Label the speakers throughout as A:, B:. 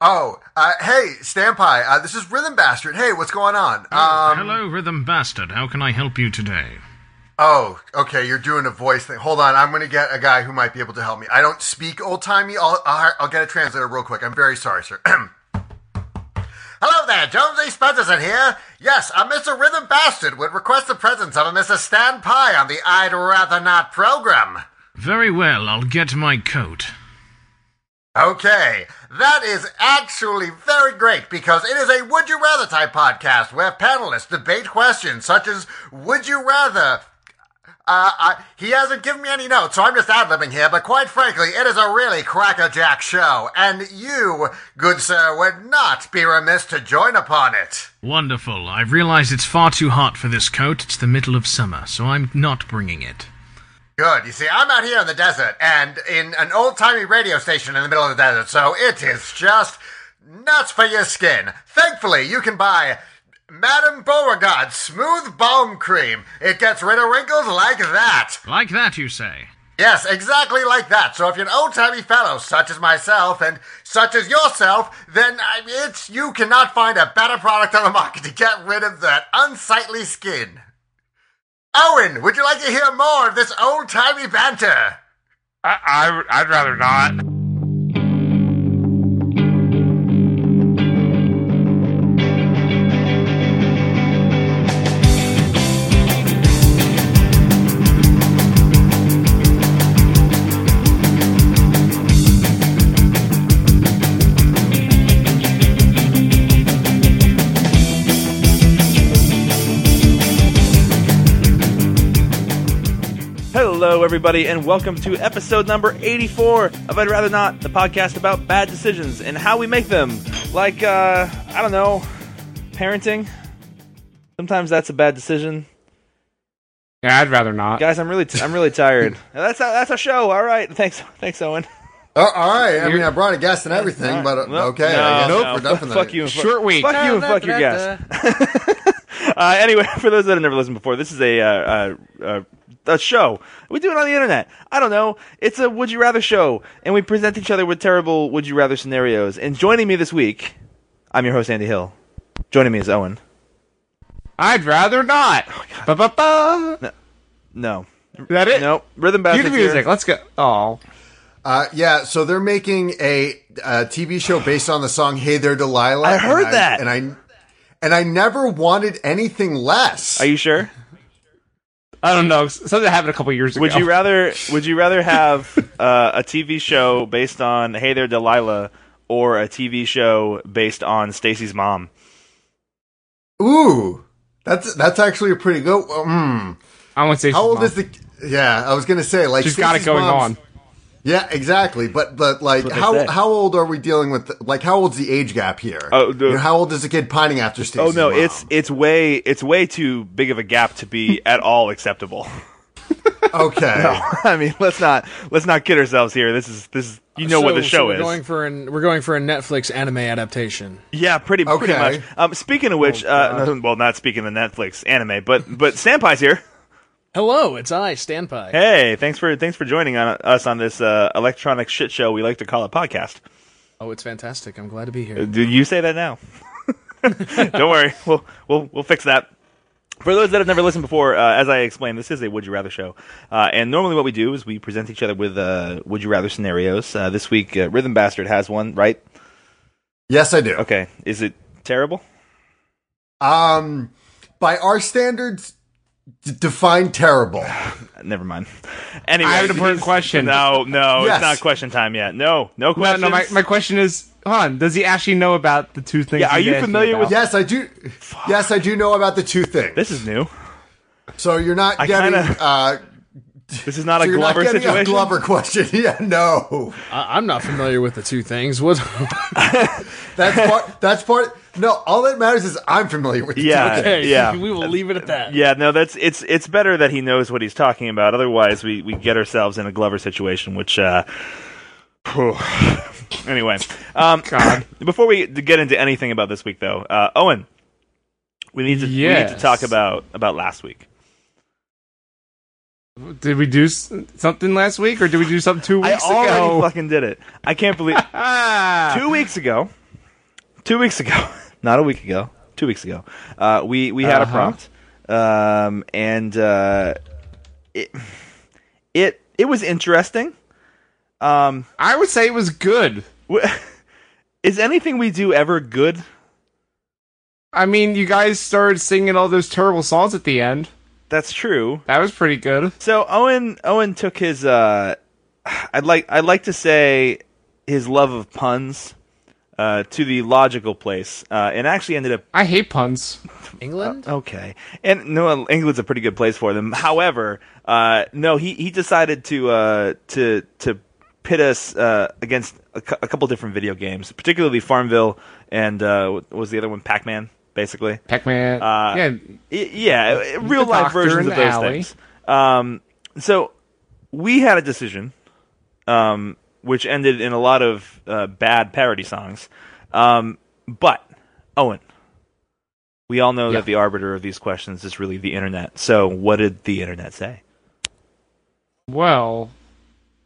A: Oh, uh, hey, Standby, uh, this is Rhythm Bastard. Hey, what's going on? Um,
B: Hello, Rhythm Bastard. How can I help you today?
A: Oh, okay, you're doing a voice thing. Hold on, I'm going to get a guy who might be able to help me. I don't speak old timey. I'll, I'll, I'll get a translator real quick. I'm very sorry, sir. Hello there, Jones A. Spencerson here. Yes, a Mr. Rhythm Bastard would request the presence of a Mr. Stan Pie on the I'd Rather Not program.
B: Very well, I'll get my coat.
A: Okay, that is actually very great because it is a Would You Rather type podcast where panelists debate questions such as Would You Rather? Uh, I, he hasn't given me any notes, so I'm just ad libbing here, but quite frankly, it is a really crackerjack show, and you, good sir, would not be remiss to join upon it.
B: Wonderful. I've realized it's far too hot for this coat. It's the middle of summer, so I'm not bringing it.
A: Good. You see, I'm out here in the desert and in an old timey radio station in the middle of the desert, so it is just nuts for your skin. Thankfully, you can buy Madame Beauregard Smooth Balm Cream. It gets rid of wrinkles like that.
B: Like that, you say?
A: Yes, exactly like that. So if you're an old timey fellow, such as myself and such as yourself, then I- it's you cannot find a better product on the market to get rid of that unsightly skin. Owen, would you like to hear more of this old timey banter?
C: I, I I'd rather not.
D: Hello, everybody, and welcome to episode number 84 of I'd Rather Not, the podcast about bad decisions and how we make them. Like, uh, I don't know, parenting. Sometimes that's a bad decision,
C: Yeah, I'd rather not.
D: guys. I'm really, t- I'm really tired. that's our, that's our show. All right, thanks, thanks, Owen.
A: Oh, all right. I mean, I brought a guest and everything, but uh,
D: Well,
A: okay.
D: no,
A: I guess
D: no,
A: we're done for the
D: fuck
A: night.
D: you. and fuck-
C: Short week.
D: Fuck you and fuck your guest. uh, anyway, for those that have never listened before, this is a uh, uh, uh, a show. We do it on the internet. I don't know. It's a would you rather show, and we present each other with terrible would you rather scenarios. And joining me this week, I'm your host Andy Hill. Joining me is Owen.
C: I'd rather not. Ba-ba-ba.
D: No,
C: Is that it?
D: no, rhythm
C: Cue
D: bastard.
C: the music. Let's go. Oh,
A: Uh, yeah, so they're making a, uh TV show based on the song "Hey There, Delilah."
D: I heard
A: and
D: that.
A: and I and I never wanted anything less.
D: Are you sure?
C: I don't know. Something happened a couple years ago.
D: Would you rather? Would you rather have uh, a TV show based on Hey There Delilah or a TV show based on Stacy's mom?
A: Ooh, that's that's actually a pretty good. well, Mm.
C: I want to say
A: How old is the? Yeah, I was gonna say like
C: She's got it
A: Stacey's
C: going
A: mom's-
C: on.
A: Yeah, exactly. But but like
D: what they
A: how
D: say.
A: how old are we dealing with? Like how old's the age gap here?
D: Oh, the-
A: You know, how old is the kid pining after Stacey?
D: Oh no, it's it's way it's way too big of a gap to be at all acceptable.
A: okay.
D: I mean, let's not let's not kid ourselves here. This is this is you know what
E: So-
D: the
E: so
D: show
E: we're
D: is.
E: Going for an, we're going for a Netflix anime adaptation.
D: yeah, pretty pretty
A: Okay.
D: much. Um, speaking of
E: Oh,
D: which, uh, no, well, not speaking of Netflix anime, but but Standpie's here.
E: Hello, it's I, Standby.
D: Hey, thanks for thanks for joining on, us on this uh, electronic shit show we like to call a podcast.
E: Oh, it's fantastic. I'm glad to be here.
D: Do you say that now? Don't worry, we'll we'll we'll fix that. For those that have never listened before, uh, as I explained, this is a Would You Rather show, uh, and normally what we do is we present each other with uh, Would You Rather scenarios. Uh, this week, uh, Rhythm Bastard has one, right?
A: Yes, I do.
D: Okay, is it terrible?
A: Um, by our standards, d- define terrible.
D: Uh, Never mind. Anyway,
C: I have an important question.
D: No, no,
A: Yes.
D: it's not question time yet. No, no
C: No,
D: questions.
C: no. My, my question is, hold on. Does he actually know about the two things?
D: Yeah, are
C: he's
D: you
C: asking
D: familiar with-
C: about?
A: Yes, I do. Yes, I do know about the two things.
D: this is new.
A: so you're not
D: I
A: getting.
D: kinda-
A: uh,
D: This is not
A: so
D: a
A: you're not
D: Glover
A: getting a
D: situation.
A: Glover question. yeah, no.
E: I, I'm not familiar with the two things. What?
A: That's part. that's part. No, all that matters is I'm familiar with. the two
D: Yeah.
A: things.
E: okay,
D: yeah.
E: we will leave it at that.
D: Yeah, no, that's it's it's better that he knows what he's talking about. Otherwise, we, we get ourselves in a Glover situation, which. Uh, phew. anyway, um,
C: God.
D: before we d- get into anything about this week, though, uh, Owen, we need to we need to
C: Yes.
D: talk about about last week.
C: Did we do s- something last week, or did we do something two
D: I
C: weeks
D: already
C: ago?
D: fucking did it. I can't believe
C: Ah.
D: two weeks ago two weeks ago, not a week ago, two weeks ago, uh, we we had a prompt, um, and uh, it it it was interesting. Um,
C: I would say it was good.
D: W- Is anything we do ever good?
C: I mean, you guys started singing all those terrible songs at the end.
D: That's true.
C: That was pretty good.
D: So Owen Owen took his uh, I'd like I'd like to say his love of puns uh, to the logical place, uh, and actually ended up
C: I hate puns. Uh,
E: England?
D: Okay, and no, England's a pretty good place for them. However, uh, no, he, he decided to uh, to to pit us uh, against a, cou- a couple different video games, particularly Farmville and uh, what was the other one Pac Man, basically.
C: Pac-Man.
D: Uh,
C: yeah,
D: Y- yeah, uh, real life
C: doctor
D: versions
C: in
D: of
C: the
D: those
C: alley.
D: things. Um, so we had a decision, um, which ended in a lot of uh, bad parody songs. Um, but Owen, we all know
C: Yeah.
D: that the arbiter of these questions is really the internet. So what did the internet say?
C: well,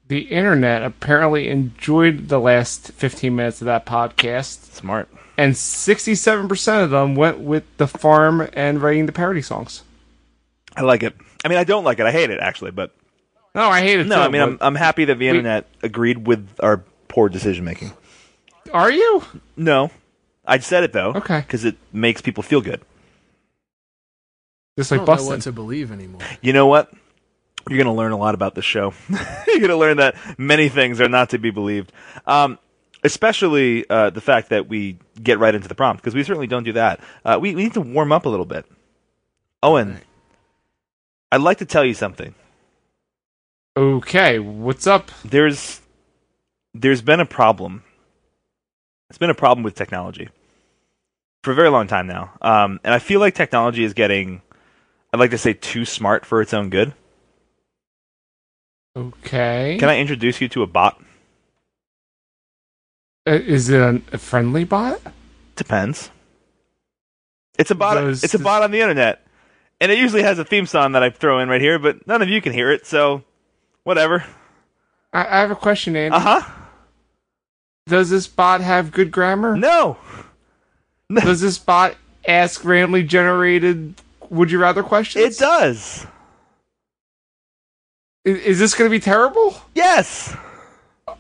C: the internet apparently enjoyed the last 15 minutes of that podcast,
D: Smart.
C: and 67% of them went with the farm and writing the parody songs.
D: I like it. I mean, I don't like it. I hate it actually. But
C: No, I hate it
D: no,
C: too.
D: I mean, I'm
C: but-
D: I'm happy that the internet agreed with our poor decision making.
C: are you?
D: No, I said it though.
C: Okay.
D: Because it makes people feel good.
C: Just
E: I
C: like
E: don't know what
C: Bustin.
E: to believe anymore.
D: You know what? You're going to learn a lot about this show. You're going to learn that many things are not to be believed, um, especially uh, the fact that we get right into the prompt because we certainly don't do that. Uh, we, we need to warm up a little bit. Owen, I'd like to tell you something.
C: Okay, what's up?
D: There's there's been a problem. It's been a problem with technology for a very long time now, um, and I feel like technology is getting, I'd like to say, too smart for its own good.
C: Okay.
D: Can I introduce you to a bot?
C: Uh, Is it an- a friendly bot?
D: Depends. It's a bot.
C: Those-
D: it's a bot on the internet, and it usually has a theme song that I throw in right here, but none of you can hear it, so whatever.
C: I, I have a question, Andy.
D: Uh huh.
C: Does this bot have good grammar?
D: No.
C: Does this bot ask randomly generated would you rather
D: It
C: questions?
D: does.
C: I- Is, this going to be terrible?
D: Yes.
C: All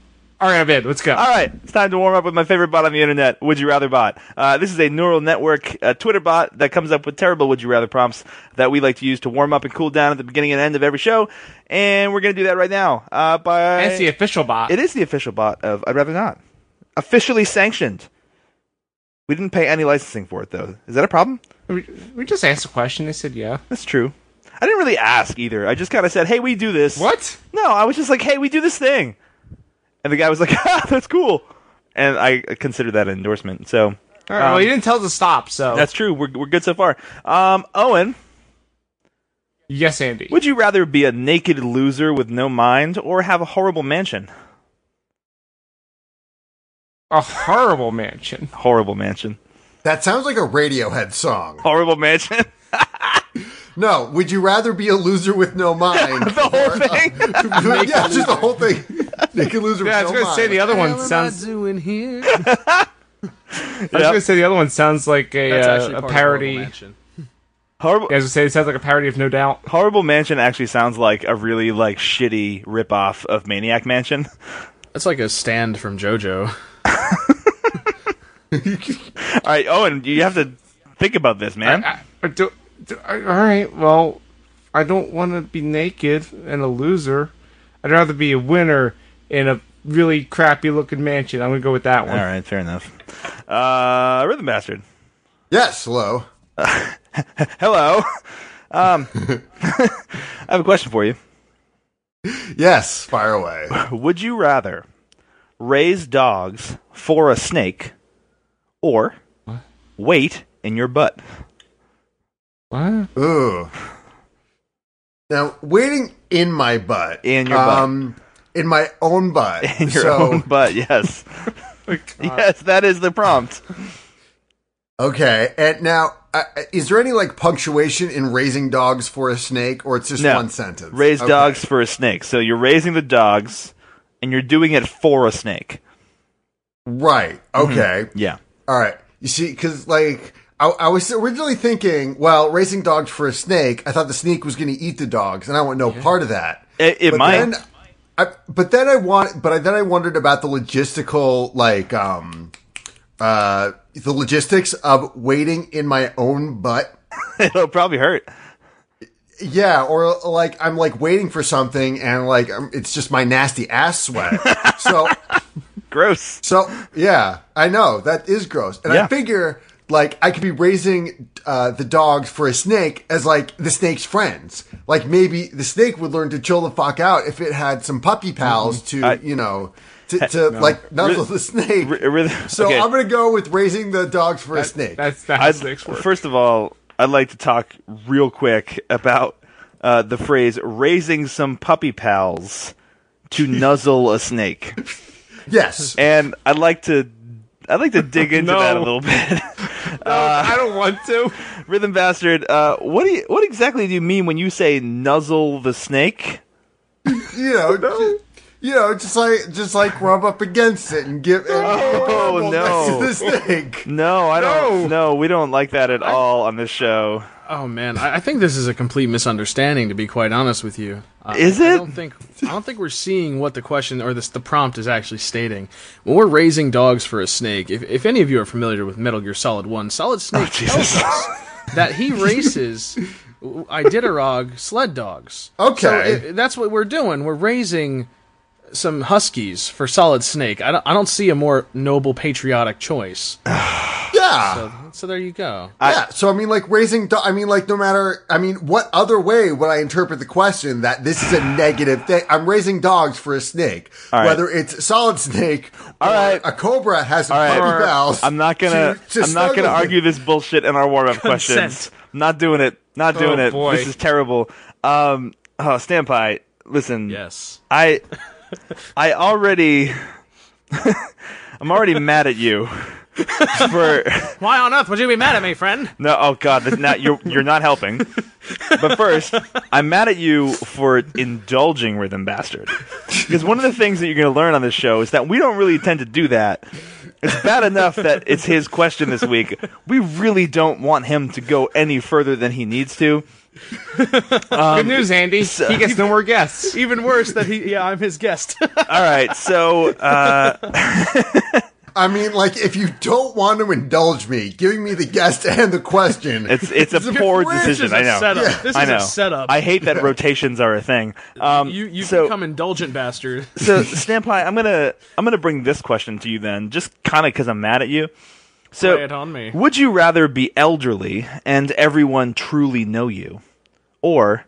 C: right, I'm in. Let's go.
D: All right, it's time to warm up with my favorite bot on the internet, Would You Rather Bot. Uh, this is a neural network uh, Twitter bot that comes up with terrible Would You Rather prompts that we like to use to warm up and cool down at the beginning and end of every show, and we're gonna do that right now. Uh, by
C: That's the official bot.
D: It is the official bot of I'd rather not. Officially sanctioned. We didn't pay any licensing for it though. Is that a problem?
C: we, we just asked a question. They said yeah.
D: That's true. I didn't really ask either. I just kind of said, "Hey, we do this."
C: What?
D: No, I was just like, "Hey, we do this thing," and the guy was like, ah, "That's cool," and I considered that an endorsement. So
C: All right, well, you didn't tell us to stop, so
D: Um, that's true. We're we're good so far. Um, Owen,
C: yes, Andy.
D: would you rather be a naked loser with no mind or have a horrible mansion?
C: A horrible mansion.
D: Horrible mansion.
A: That sounds like a Radiohead song.
D: Horrible mansion.
A: No, would you rather be a loser with no mind? uh,
D: the whole thing.
A: yeah, just the whole thing. Naked loser
C: Yeah, I
A: with no
C: was going to
A: mind.
C: say the other one
E: What am
C: sounds.
E: I doing here?
C: I was going to say the other one sounds like a,
E: That's
C: uh,
E: actually
C: a
E: part of
C: parody.
E: Horrible
C: Yeah,
E: Mansion.
D: horrible.
C: I was going to say it sounds like a parody of No Doubt.
D: Horrible Mansion actually sounds like a really like shitty ripoff of Maniac Mansion.
E: That's like a stand from JoJo.
D: All right, Owen, you have to think about this, man.
C: I, I Uh, do, do, I, all right. Well, I don't want to be naked and a loser. I'd rather be a winner in a really crappy looking mansion. I'm gonna go with that one.
D: All right, fair enough. Uh, Rhythm Bastard.
A: Yes, hello.
D: Hello. Um, I have a question for you.
A: Yes, fire away.
D: Would you rather raise dogs for a snake or wait in your butt?
C: What?
A: Ooh. Now, waiting in my butt.
D: In your butt.
A: um, butt. In my own butt.
D: In your
A: so,
D: own butt, yes. yes, that is the prompt.
A: okay. And now, uh, is there any like punctuation in raising dogs for a snake, or it's just
D: No.
A: one sentence?
D: Raise
A: Okay.
D: dogs for a snake. So you're raising the dogs and you're doing it for a snake.
A: Right. Okay.
D: Yeah.
A: All right. You see, because like I, I was originally thinking, well, racing dogs for a snake. I thought the snake was going to eat the dogs, and I want no part of that.
D: It- it
A: but
D: might.
A: Then, I, but then I want. But I, then I wondered about the logistical, like, um, uh, the logistics of waiting in my own butt.
D: It'll probably hurt.
A: Yeah, or like I'm like waiting for something, and like um, it's just my nasty ass sweat. so
D: Gross.
A: So yeah, I know that is gross, and
D: Yeah.
A: I figure like I could be raising uh, the dogs for a snake as like the snake's friends. Like maybe the snake would learn to chill the fuck out if it had some puppy pals to
D: Mm-hmm. I-
A: you know to, to like nuzzle
D: Re-
A: the snake.
D: re- re-
A: so
D: okay.
A: I'm gonna go with raising the dogs for a snake.
C: That's not how
D: I'd-
C: snakes work.
D: First of all, I'd like to talk real quick about uh, the phrase "raising some puppy pals to nuzzle a snake,"
A: yes,
D: and I'd like to I'd like to dig into
C: No.
D: that a little bit. uh,
C: I don't want to.
D: Rhythm bastard, uh, what do you, what exactly do you mean when you say nuzzle the snake?
A: you know. ju- You know, just like just like rub up against it and give. And
D: Oh, no.
A: next to the snake.
D: No, I
C: No.
D: don't. No, we don't like that at all on this show.
E: Oh man, I, I think this is a complete misunderstanding. To be quite honest with you, I-
D: Is
E: Uh, I
D: it?
E: don't think I don't think we're seeing what the question or this the prompt is actually stating. When we're raising dogs for a snake, if if any of you are familiar with Metal Gear Solid One, Solid
C: Oh,
E: Snake tells us that he races Iditarod sled dogs.
C: Oh,
A: Okay.
E: so it, that's what we're doing. We're raising some huskies for Solid Snake. I don't I don't see a more noble patriotic choice.
A: Yeah.
E: So there you go.
A: yeah, so I mean, like raising. Do- I mean, like no matter. I mean, what other way would I interpret the question that this is a negative thing? I'm raising dogs for a snake,
D: right.
A: whether it's a solid snake or
D: right.
A: a cobra has
D: All right.
A: puppy valves.
D: I'm not gonna.
A: to- to
D: I'm not gonna
A: snuggle.
D: argue this bullshit in our warm-up
B: Consent.
D: questions. Not doing it. Not doing
C: Oh,
D: it.
C: boy.
D: This is terrible. Um, oh, standby. Listen.
E: Yes.
D: I, I already, I'm already mad at you. For
B: Why on earth would you be mad at me, friend?
D: no, oh god, that's not you're you're not helping. But first, I'm mad at you for indulging rhythm bastard. Because one of the things that you're going to learn on this show is that we don't really tend to do that. It's bad enough that it's his question this week. We really don't want him to go any further than he needs to. Um,
C: Good news, Andy.
D: uh,
C: he gets no more guests.
E: Even worse that he yeah, I'm his guest.
D: All right, so uh,
A: I mean, like if you don't want to indulge me, giving me the guest and the question.
D: it's it's a poor
E: This
D: decision.
E: is a
D: I know.
E: setup. This
D: I
E: is a
D: know.
E: setup.
D: I hate that rotations are a thing. Um,
E: you you
D: so,
E: become indulgent bastard.
D: so Standby, I'm gonna I'm gonna bring this question to you then, just kind of because I'm mad at you. So
E: Lay it on me.
D: would you rather be elderly and everyone truly know you, or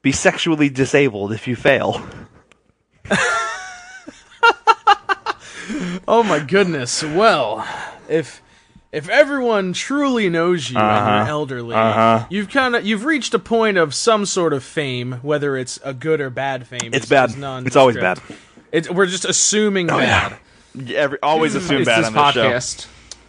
D: be sexually disabled if you fail?
E: Oh my goodness. Well, if if everyone truly knows you
D: Uh-huh.
E: and you're elderly, you've kind of you've reached a point of some sort of fame, whether it's a good or bad fame.
D: It's bad.
E: It's, nondescript.
D: It's always bad. Oh,
E: It, we're just assuming bad.
D: Yeah, Every, always assume
C: It's
D: bad
C: this
D: on this show.
C: podcast.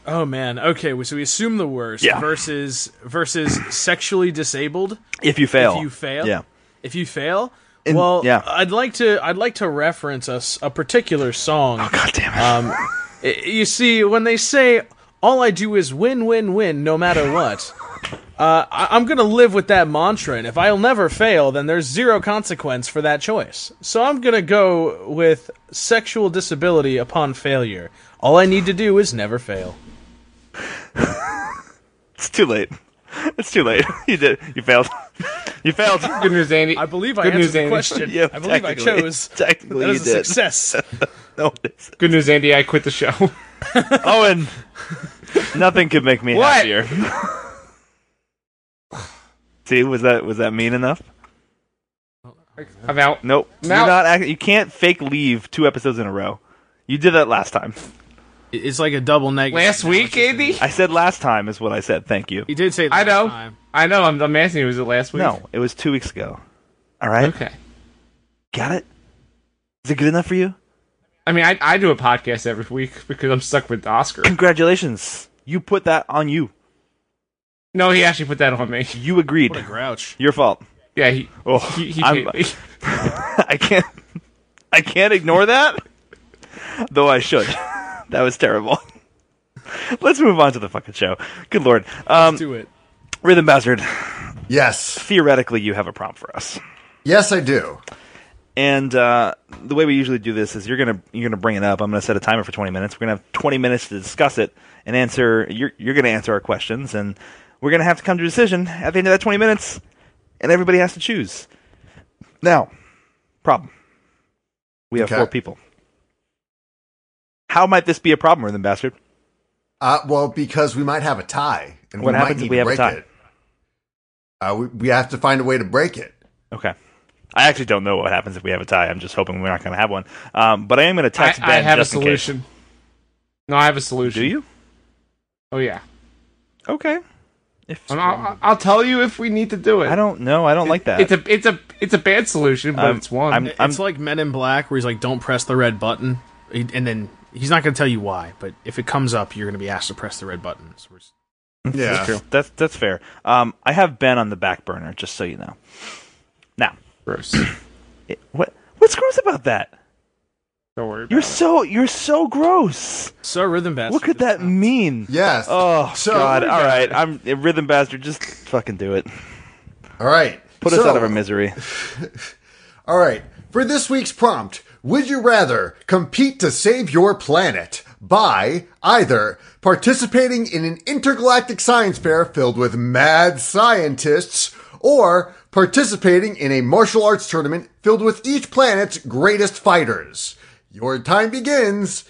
E: Oh man. Okay, well, so we assume the worst
D: Yeah.
E: versus versus sexually disabled.
D: If you fail,
E: If you fail,
D: yeah.
E: If you fail, well,
D: yeah.
E: I'd like to I'd like to reference a, s- a particular song.
D: God damn it.
E: Um, I- Eh, You see, when they say all I do is win, win, win, no matter what, uh, I- I'm gonna live with that mantra, and if I'll never fail, then there's zero consequence for that choice. So I'm gonna go with sexual disability upon failure. All I need to do is never fail.
D: it's too late. It's too late. you did. You failed. you failed.
C: Good news, Andy.
E: I believe I
C: Good
E: answered
C: news,
E: the
C: Andy.
E: question.
D: Yeah,
E: I believe I
D: technically-
E: chose.
D: technically
E: that
D: you
E: is a
D: did.
E: success.
D: no, it isn't.
C: Good news, Andy. I quit the show.
D: Owen, nothing could make me
C: What?
D: happier. See, was that was that mean enough?
C: I'm out.
D: Nope.
C: No.
D: You're not. Act- you can't fake leave two episodes in a row. You did that last time.
B: It's like a double negative.
C: Last week, Andy.
D: I said last time is what I said. Thank you.
B: He did say.
C: I
B: last
C: know.
B: time.
C: I know. I'm, I'm asking you. Was it last week?
D: No, it was two weeks ago. All right,
C: Okay.
D: got it. Is it good enough for you?
C: I mean, I, I do a podcast every week because I'm stuck with Oscar.
D: Congratulations, you put that on you.
C: No, he actually put that on me.
D: You agreed.
E: What a grouch.
D: Your fault.
C: Yeah, he
D: Oh,
C: he, he
D: I'm-
C: paid me.
D: I can't. I can't ignore that. Though I should. that was terrible. Let's move on to the fucking show. Good lord. Um,
E: Do it.
D: Rhythm Bastard,
A: Yes.
D: theoretically, you have a prompt for us.
A: Yes, I do.
D: And uh, the way we usually do this is you're gonna you're gonna bring it up. I'm gonna set a timer for 20 minutes. We're gonna have 20 minutes to discuss it and answer. You're you're gonna answer our questions, and we're gonna have to come to a decision at the end of that 20 minutes, and everybody has to choose. Now, problem. We have
A: Okay.
D: four people. How might this be a problem, Rhythm Bastard?
A: Uh, well, because we might have a tie, and
D: What
A: we
D: happens
A: might
D: if
A: need
D: we
A: to
D: have a
A: break
D: tie?
A: it. Uh, we, we have to find a way to break it.
D: Okay. I actually don't know what happens if we have a tie. I'm just hoping we're not going to have one. Um, but I am going to text Ben
C: I, I have a
D: just in case.
C: solution. No, I have a solution.
D: Do you?
C: Oh yeah.
D: Okay. If
C: And I'll, I'll tell you if we need to do it.
D: I don't know. I don't like that.
C: It's a it's a it's a bad solution, but
D: I'm-
C: it's one.
D: I'm, I'm,
E: it's like Men in Black, where he's like, "Don't press the red button," He- and then he's not going to tell you why, but if it comes up, you're going to be asked to press the red button. So we're just-
A: Yeah.
D: that's true. That's that's fair. Um, I have Ben on the back burner, just so you know. Now,
C: gross.
D: it, what what's gross about that?
C: don't worry. About
D: You're
C: it.
D: so you're so gross.
E: so rhythm bastard.
D: What could that mean?
A: Yes.
D: Oh
A: So-
D: God! All right, I'm a rhythm bastard. Just fucking do it.
A: All right.
D: Put us
A: So-
D: out of our misery.
A: All right. For this week's prompt, would you rather compete to save your planet by either participating in an intergalactic science fair filled with mad scientists or participating in a martial arts tournament filled with each planet's greatest fighters? Your time begins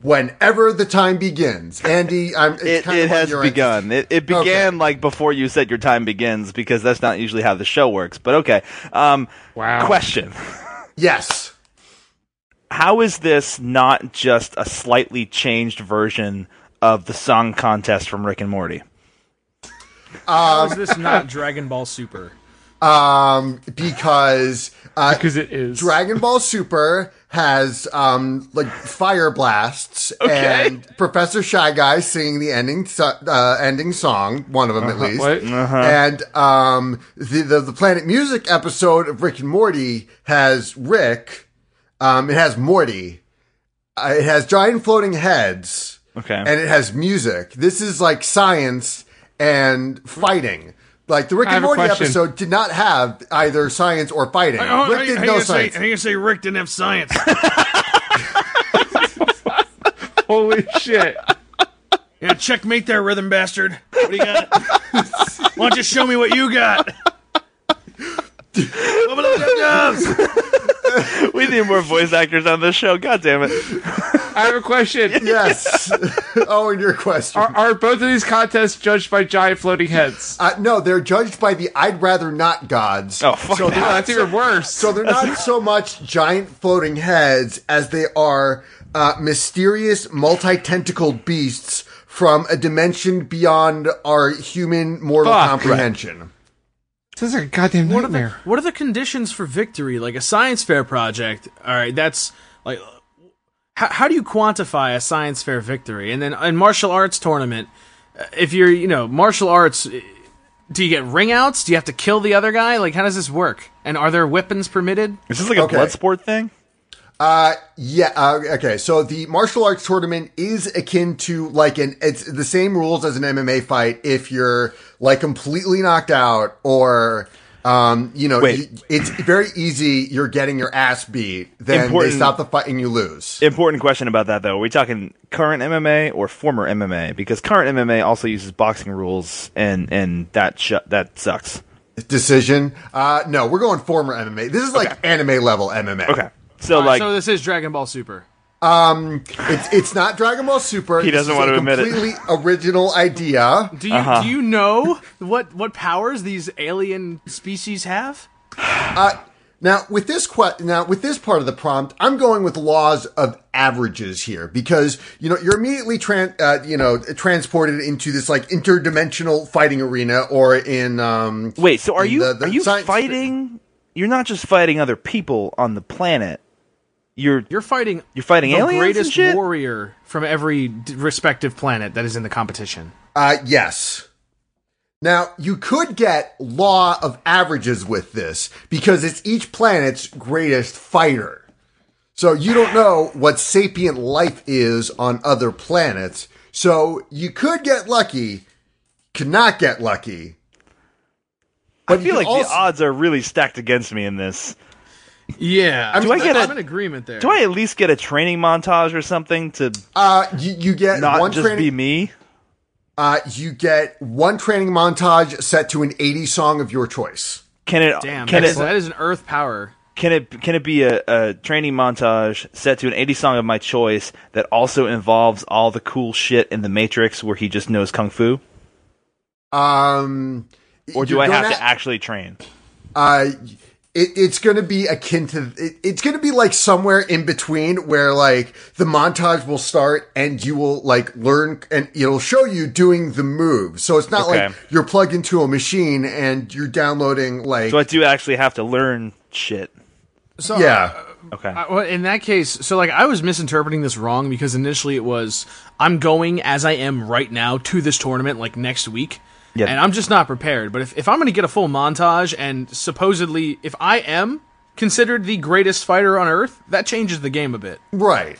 A: whenever the time begins. Andy, I'm it's
D: It,
A: kind
D: it
A: of on
D: has
A: your end.
D: begun. It, it
A: Okay.
D: began like before you said your time begins because that's not usually how the show works. But okay. Um,
C: Wow.
D: Question.
A: Yes.
D: how is this not just a slightly changed version of the song contest from Rick and Morty?
E: How is this not Dragon Ball Super?
A: Um because uh
C: because it is.
A: Dragon Ball Super has um like fire blasts and Professor Shy Guy singing the ending so- uh, ending song, one of them at least.
C: what?
A: And um the, the the Planet Music episode of Rick and Morty has Rick, um it has Morty, uh, it has giant floating heads,
D: Okay.
A: and it has music. This is like science and fighting. Like the Rick
C: I
A: and
C: have a
A: Morty
C: question. Oh,
A: episode did not have either science or fighting. Rick did no science.
B: gonna say Rick didn't have science.
C: Holy shit!
B: yeah, checkmate there, rhythm bastard. What do you got? Why don't you show me what you got?
D: we need more voice actors on this show. God damn it!
C: I have a question.
A: Yes. oh, and your question.
C: Are, are both of these contests judged by giant floating heads?
A: uh, no, they're judged by the I'd rather not gods.
D: Oh fuck!
A: so
D: that.
A: they're,
C: Oh,
A: not,
C: that's even worse.
A: so they're not so much giant floating heads as they are uh, mysterious multi-tentacled beasts from a dimension beyond our human mortal
C: Fuck.
A: comprehension.
C: this is a goddamn
E: What are the
C: nightmare.
E: what are the conditions for victory? Like a science fair project. All right, that's like how, how do you quantify a science fair victory? And then in martial arts tournament, uh, if you're you know martial arts, eh, do you get ring outs? Do you have to kill the other guy? Like how does this work? And are there weapons permitted?
D: Is this like a
A: Okay.
D: blood sport thing?
A: Uh, yeah. Uh, okay. So the martial arts tournament is akin to like an, it's the same rules as an MMA fight. If you're like completely knocked out or, um, you know,
D: Wait.
A: y- it's very easy. You're getting your ass beat. Then
D: Important-
A: they stop the fight and you lose.
D: Important question about that though. Are we talking current MMA or former MMA? Because current MMA also uses boxing rules, and and that sh- that sucks.
A: Decision. Uh, no, we're going former MMA. This is like anime level MMA.
D: Okay. So
E: All right,
D: like,
E: so this is Dragon Ball Super.
A: It's, it's not Dragon Ball Super.
D: He
A: This
D: doesn't
A: is
D: want
A: a
D: to admit it.
A: completely original idea.
E: Do you
D: Uh-huh.
E: do you know what what powers these alien species have?
A: Now with this que- now with this part of the prompt, I'm going with laws of averages here because you know you're immediately tran- uh, you know transported into this like interdimensional fighting arena or in um
D: wait. So are
A: in
D: you
A: the- the
D: are you
A: science-
D: fighting? You're not just fighting other people on the planet. You're
E: You're fighting.
D: You're fighting
E: the
D: aliens and
E: greatest
D: shit?
E: warrior from every d- respective planet that is in the competition.
A: Uh, yes. Now you could get law of averages with this because it's each planet's greatest fighter. So you don't know what sapient life is on other planets. So you could get lucky, could not get lucky.
D: I
A: But you
D: feel
A: can
D: like
A: also-
D: the odds are really stacked against me in this.
B: Yeah.
D: Do I get
B: I'm in
D: a,
B: agreement there.
D: do I at least get a training montage or something to
A: Uh, you, you get
D: not
A: one
D: just
A: training.
D: be me?
A: uh, you get one training montage set to an 80 song of your choice.
D: Can it
B: Damn,
D: can
B: that
D: it
B: is, that is an earth power.
D: can it can it be a, a training montage set to an 80 song of my choice that also involves all the cool shit in the Matrix where he just knows kung fu?
A: Um,
D: Or do
A: you're
D: I have
A: gonna-
D: to actually train?
A: Uh, it, it's going to be akin to it, it's going to be like somewhere in between where like the montage will start and you will like learn and it'll show you doing the moves. So it's not
D: Okay.
A: like you're plugged into a machine and you're downloading like
D: So I do actually have to learn shit.
B: So,
A: yeah.
D: Okay.
E: Uh,
B: I- Uh, well, in that case, so like I was misinterpreting this wrong because initially it was I'm going as I am right now to this tournament like next week.
D: Yeah.
B: And I'm just not prepared. But if, if I'm going to get a full montage and supposedly if I am considered the greatest fighter on earth, that changes the game a bit.
A: right.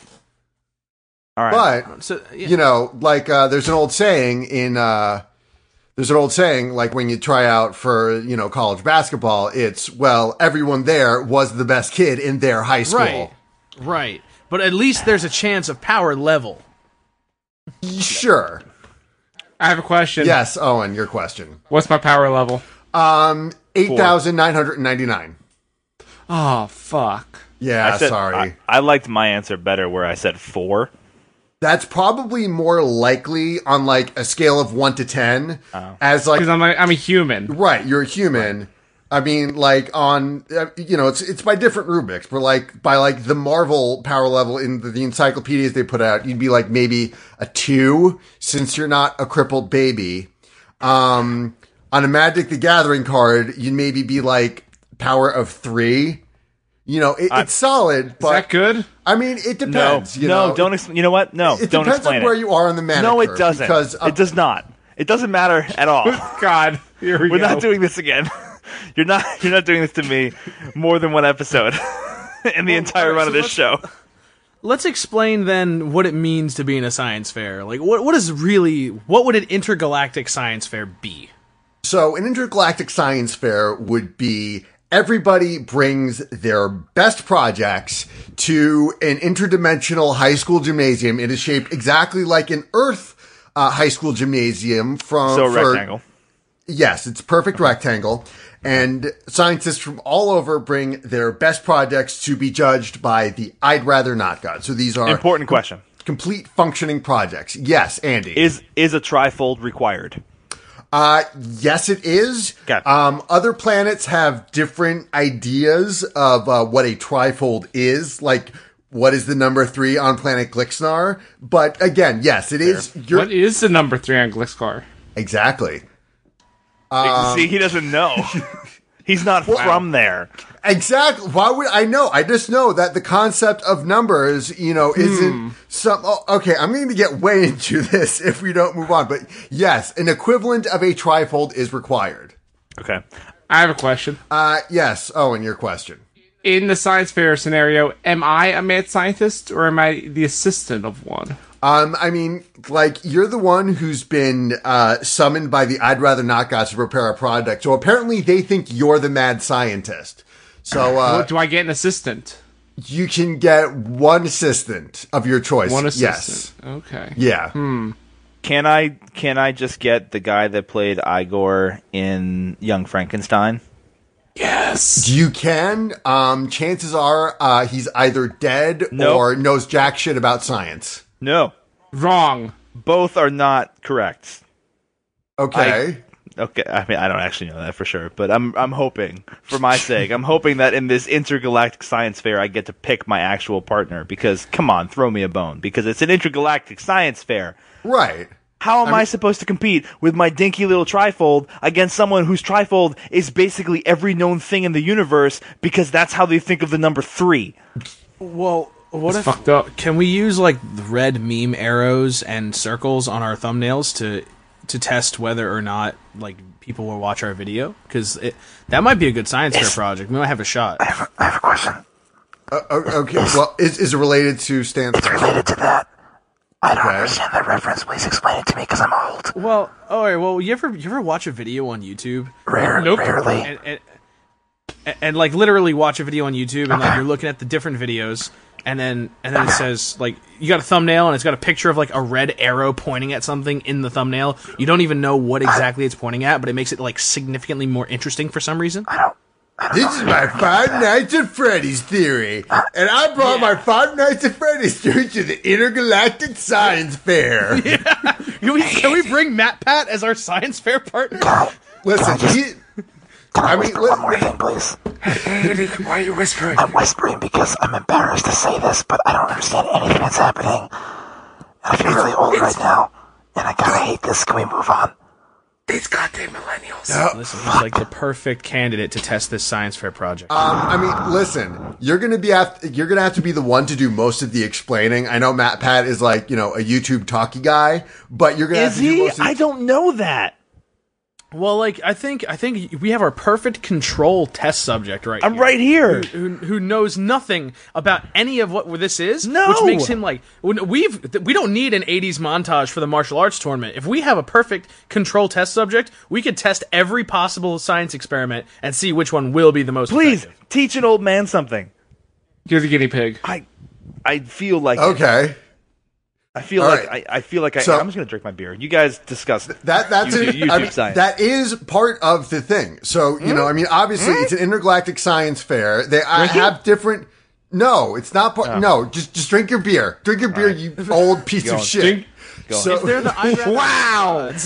D: all right.
A: But
B: So yeah.
A: you know, like uh, there's an old saying in uh, there's an old saying like when you try out for you know college basketball, it's well everyone there was the best kid in their high school.
B: right. Right. But at least there's a chance of power level.
A: Sure.
C: I have a question.
A: Yes, Owen, your question.
C: What's my power level?
A: Um, eight thousand nine hundred ninety nine.
C: Oh fuck.
A: Yeah,
D: I said-
A: sorry.
D: I, I liked my answer better where I said four.
A: That's probably more likely on like a scale of one to ten,
D: Oh.
A: as like
C: Because I'm a, I'm a human.
A: Right, you're a human. I mean, like on uh, you know, it's it's by different rubrics, but like by like the Marvel power level in the, the encyclopedias they put out, you'd be like maybe a two since you're not a crippled baby. Um, on a Magic the Gathering card, you'd maybe be like power of three. You know, it, it's solid,
C: Is
A: but
C: that good?
A: I mean, it
D: No,
A: depends. you
D: no,
A: know?
D: don't. Ex- you know what? No,
A: It, it
D: don't
A: depends
D: explain
A: on where
D: it.
A: you are in the manicure.
D: no, it doesn't.
A: Because uh,
D: it does not. It doesn't matter at all.
C: God, here we
D: We're
C: go.
D: not doing this again. You're not. You're not doing this to me more than one episode in the entire
B: alright,
D: run
B: so
D: of this
B: let's-
D: show.
B: Let's explain then what it means to be in a science fair. Like what what is really what would an intergalactic science fair be?
A: So, an intergalactic science fair would be everybody brings their best projects to an interdimensional high school gymnasium. It is shaped exactly like an Earth uh, high school gymnasium from
D: So
A: for-
D: rectangle.
A: Yes, it's perfect rectangle. And scientists from all over bring their best projects to be judged by the I'd rather not God. So these are
D: Important question:
A: complete functioning projects. Yes, Andy.
D: Is is a trifold required?
A: Uh, yes, it is.
D: Okay.
A: Um, other planets have different ideas of uh, what a trifold is, like what is the number three on planet Glixnar. But again, yes, it is. You're,
C: What is the number three on Glixcar?
A: exactly.
D: See, he doesn't know. He's not from there.
A: Exactly. Why would I know? I just know that the concept of numbers, you know, isn't some. Oh, okay, I'm going to get way into this if we don't move on. But yes, an equivalent of a trifold is required.
D: Okay.
C: I have a question.
A: Uh, yes. Oh, and your question.
C: In the science fair scenario, am I a mad scientist or am I the assistant of one?
A: Um, I mean, like you're the one who's been uh, summoned by the I'd rather not guys to prepare a product. So apparently, they think you're the mad scientist. So uh,
C: Do I get an assistant?
A: you can get one assistant of your choice.
C: One assistant. Hmm. Okay.
A: Yes. Yeah.
D: Can I can I just get the guy that played Igor in Young Frankenstein?
C: Yes.
A: You can. Um, chances are uh, he's either dead
D: Nope.
A: or knows jack shit about science.
D: No,
C: Wrong.
D: both are not correct.
A: Okay.
D: Okay, I mean I don't actually know that for sure, but I'm I'm hoping for my sake. I'm hoping that in this intergalactic science fair I get to pick my actual partner because come on, throw me a bone because it's an intergalactic science fair.
A: right.
D: How am I, supposed to compete with my dinky little trifold against someone whose trifold is basically every known thing in the universe because that's how they think of the number 3?
B: Well, what if
C: fucked up.
B: Can we use like the red meme arrows and circles on our thumbnails to to test whether or not like people will watch our video? Because that might be a good science fair project. We might have a shot.
A: O- okay. well, is, is it related to Stan's?
D: Related to that,
F: I don't understand that reference. Please explain it to me because I'm old.
E: Well, all right. Well, you ever you ever watch a video on YouTube
F: Rare, Rarely.
E: and and, and and like literally watch a video on YouTube and like you're looking at the different videos and then and then it says like you got a thumbnail and it's got a picture of like a red arrow pointing at something in the thumbnail. You don't even know what exactly it's pointing at, but it makes it like significantly more interesting for some reason.
A: This is my Five Nights at Freddy's theory, and I brought my Five Nights at Freddy's theory to the Intergalactic Science Fair.
E: Can we, can we bring Matt Pat as our science fair partner?
F: Carl,
A: Listen, he,
F: can I,
A: I mean,
F: whisper
A: let-
F: one more thing, please?
C: Why are you whispering?
F: I'm whispering because I'm embarrassed to say this, but I don't understand anything that's happening. And I feel really old right now, and I kind of hate this. Can we move on?
C: These goddamn millennials.
E: Listen, he's like the perfect candidate to test this science fair project.
A: um, I mean, listen, you're gonna be have, you're gonna have to be the one to do most of the explaining. I know Matt Pat is like you know a YouTube talkie guy, but you're gonna have
D: Is
A: to do
D: he?
A: most. Of
D: I don't know that.
E: Well, like I think I think we have our perfect control test subject right.
D: I'm
E: here.
D: right here.
E: who, who knows nothing about any of what this is.
D: No!
E: which makes him like when we've th- we don't need an '80s montage for the martial arts tournament. If we have a perfect control test subject, we could test every possible science experiment and see which one will be the most.
D: Please
E: effective.
D: teach an old man something.
C: You're the guinea pig.
D: I, I feel like it.
A: okay,
D: I feel
A: All
D: like
A: right.
D: I, I feel like I,
A: So-
D: I'm just gonna drink my beer. You guys discuss
A: that that's
D: YouTube,
A: it.
D: YouTube
A: I mean,
D: science.
A: that is part of the thing. So you know, I mean, obviously, it's an intergalactic science fair. They I have different. No, it's not
D: Oh.
A: part. No, just just drink your beer. Drink your beer, you old piece of
D: on.
A: shit.
D: Drink- go on.
A: So,
E: They're the I'd rather-
C: Wow.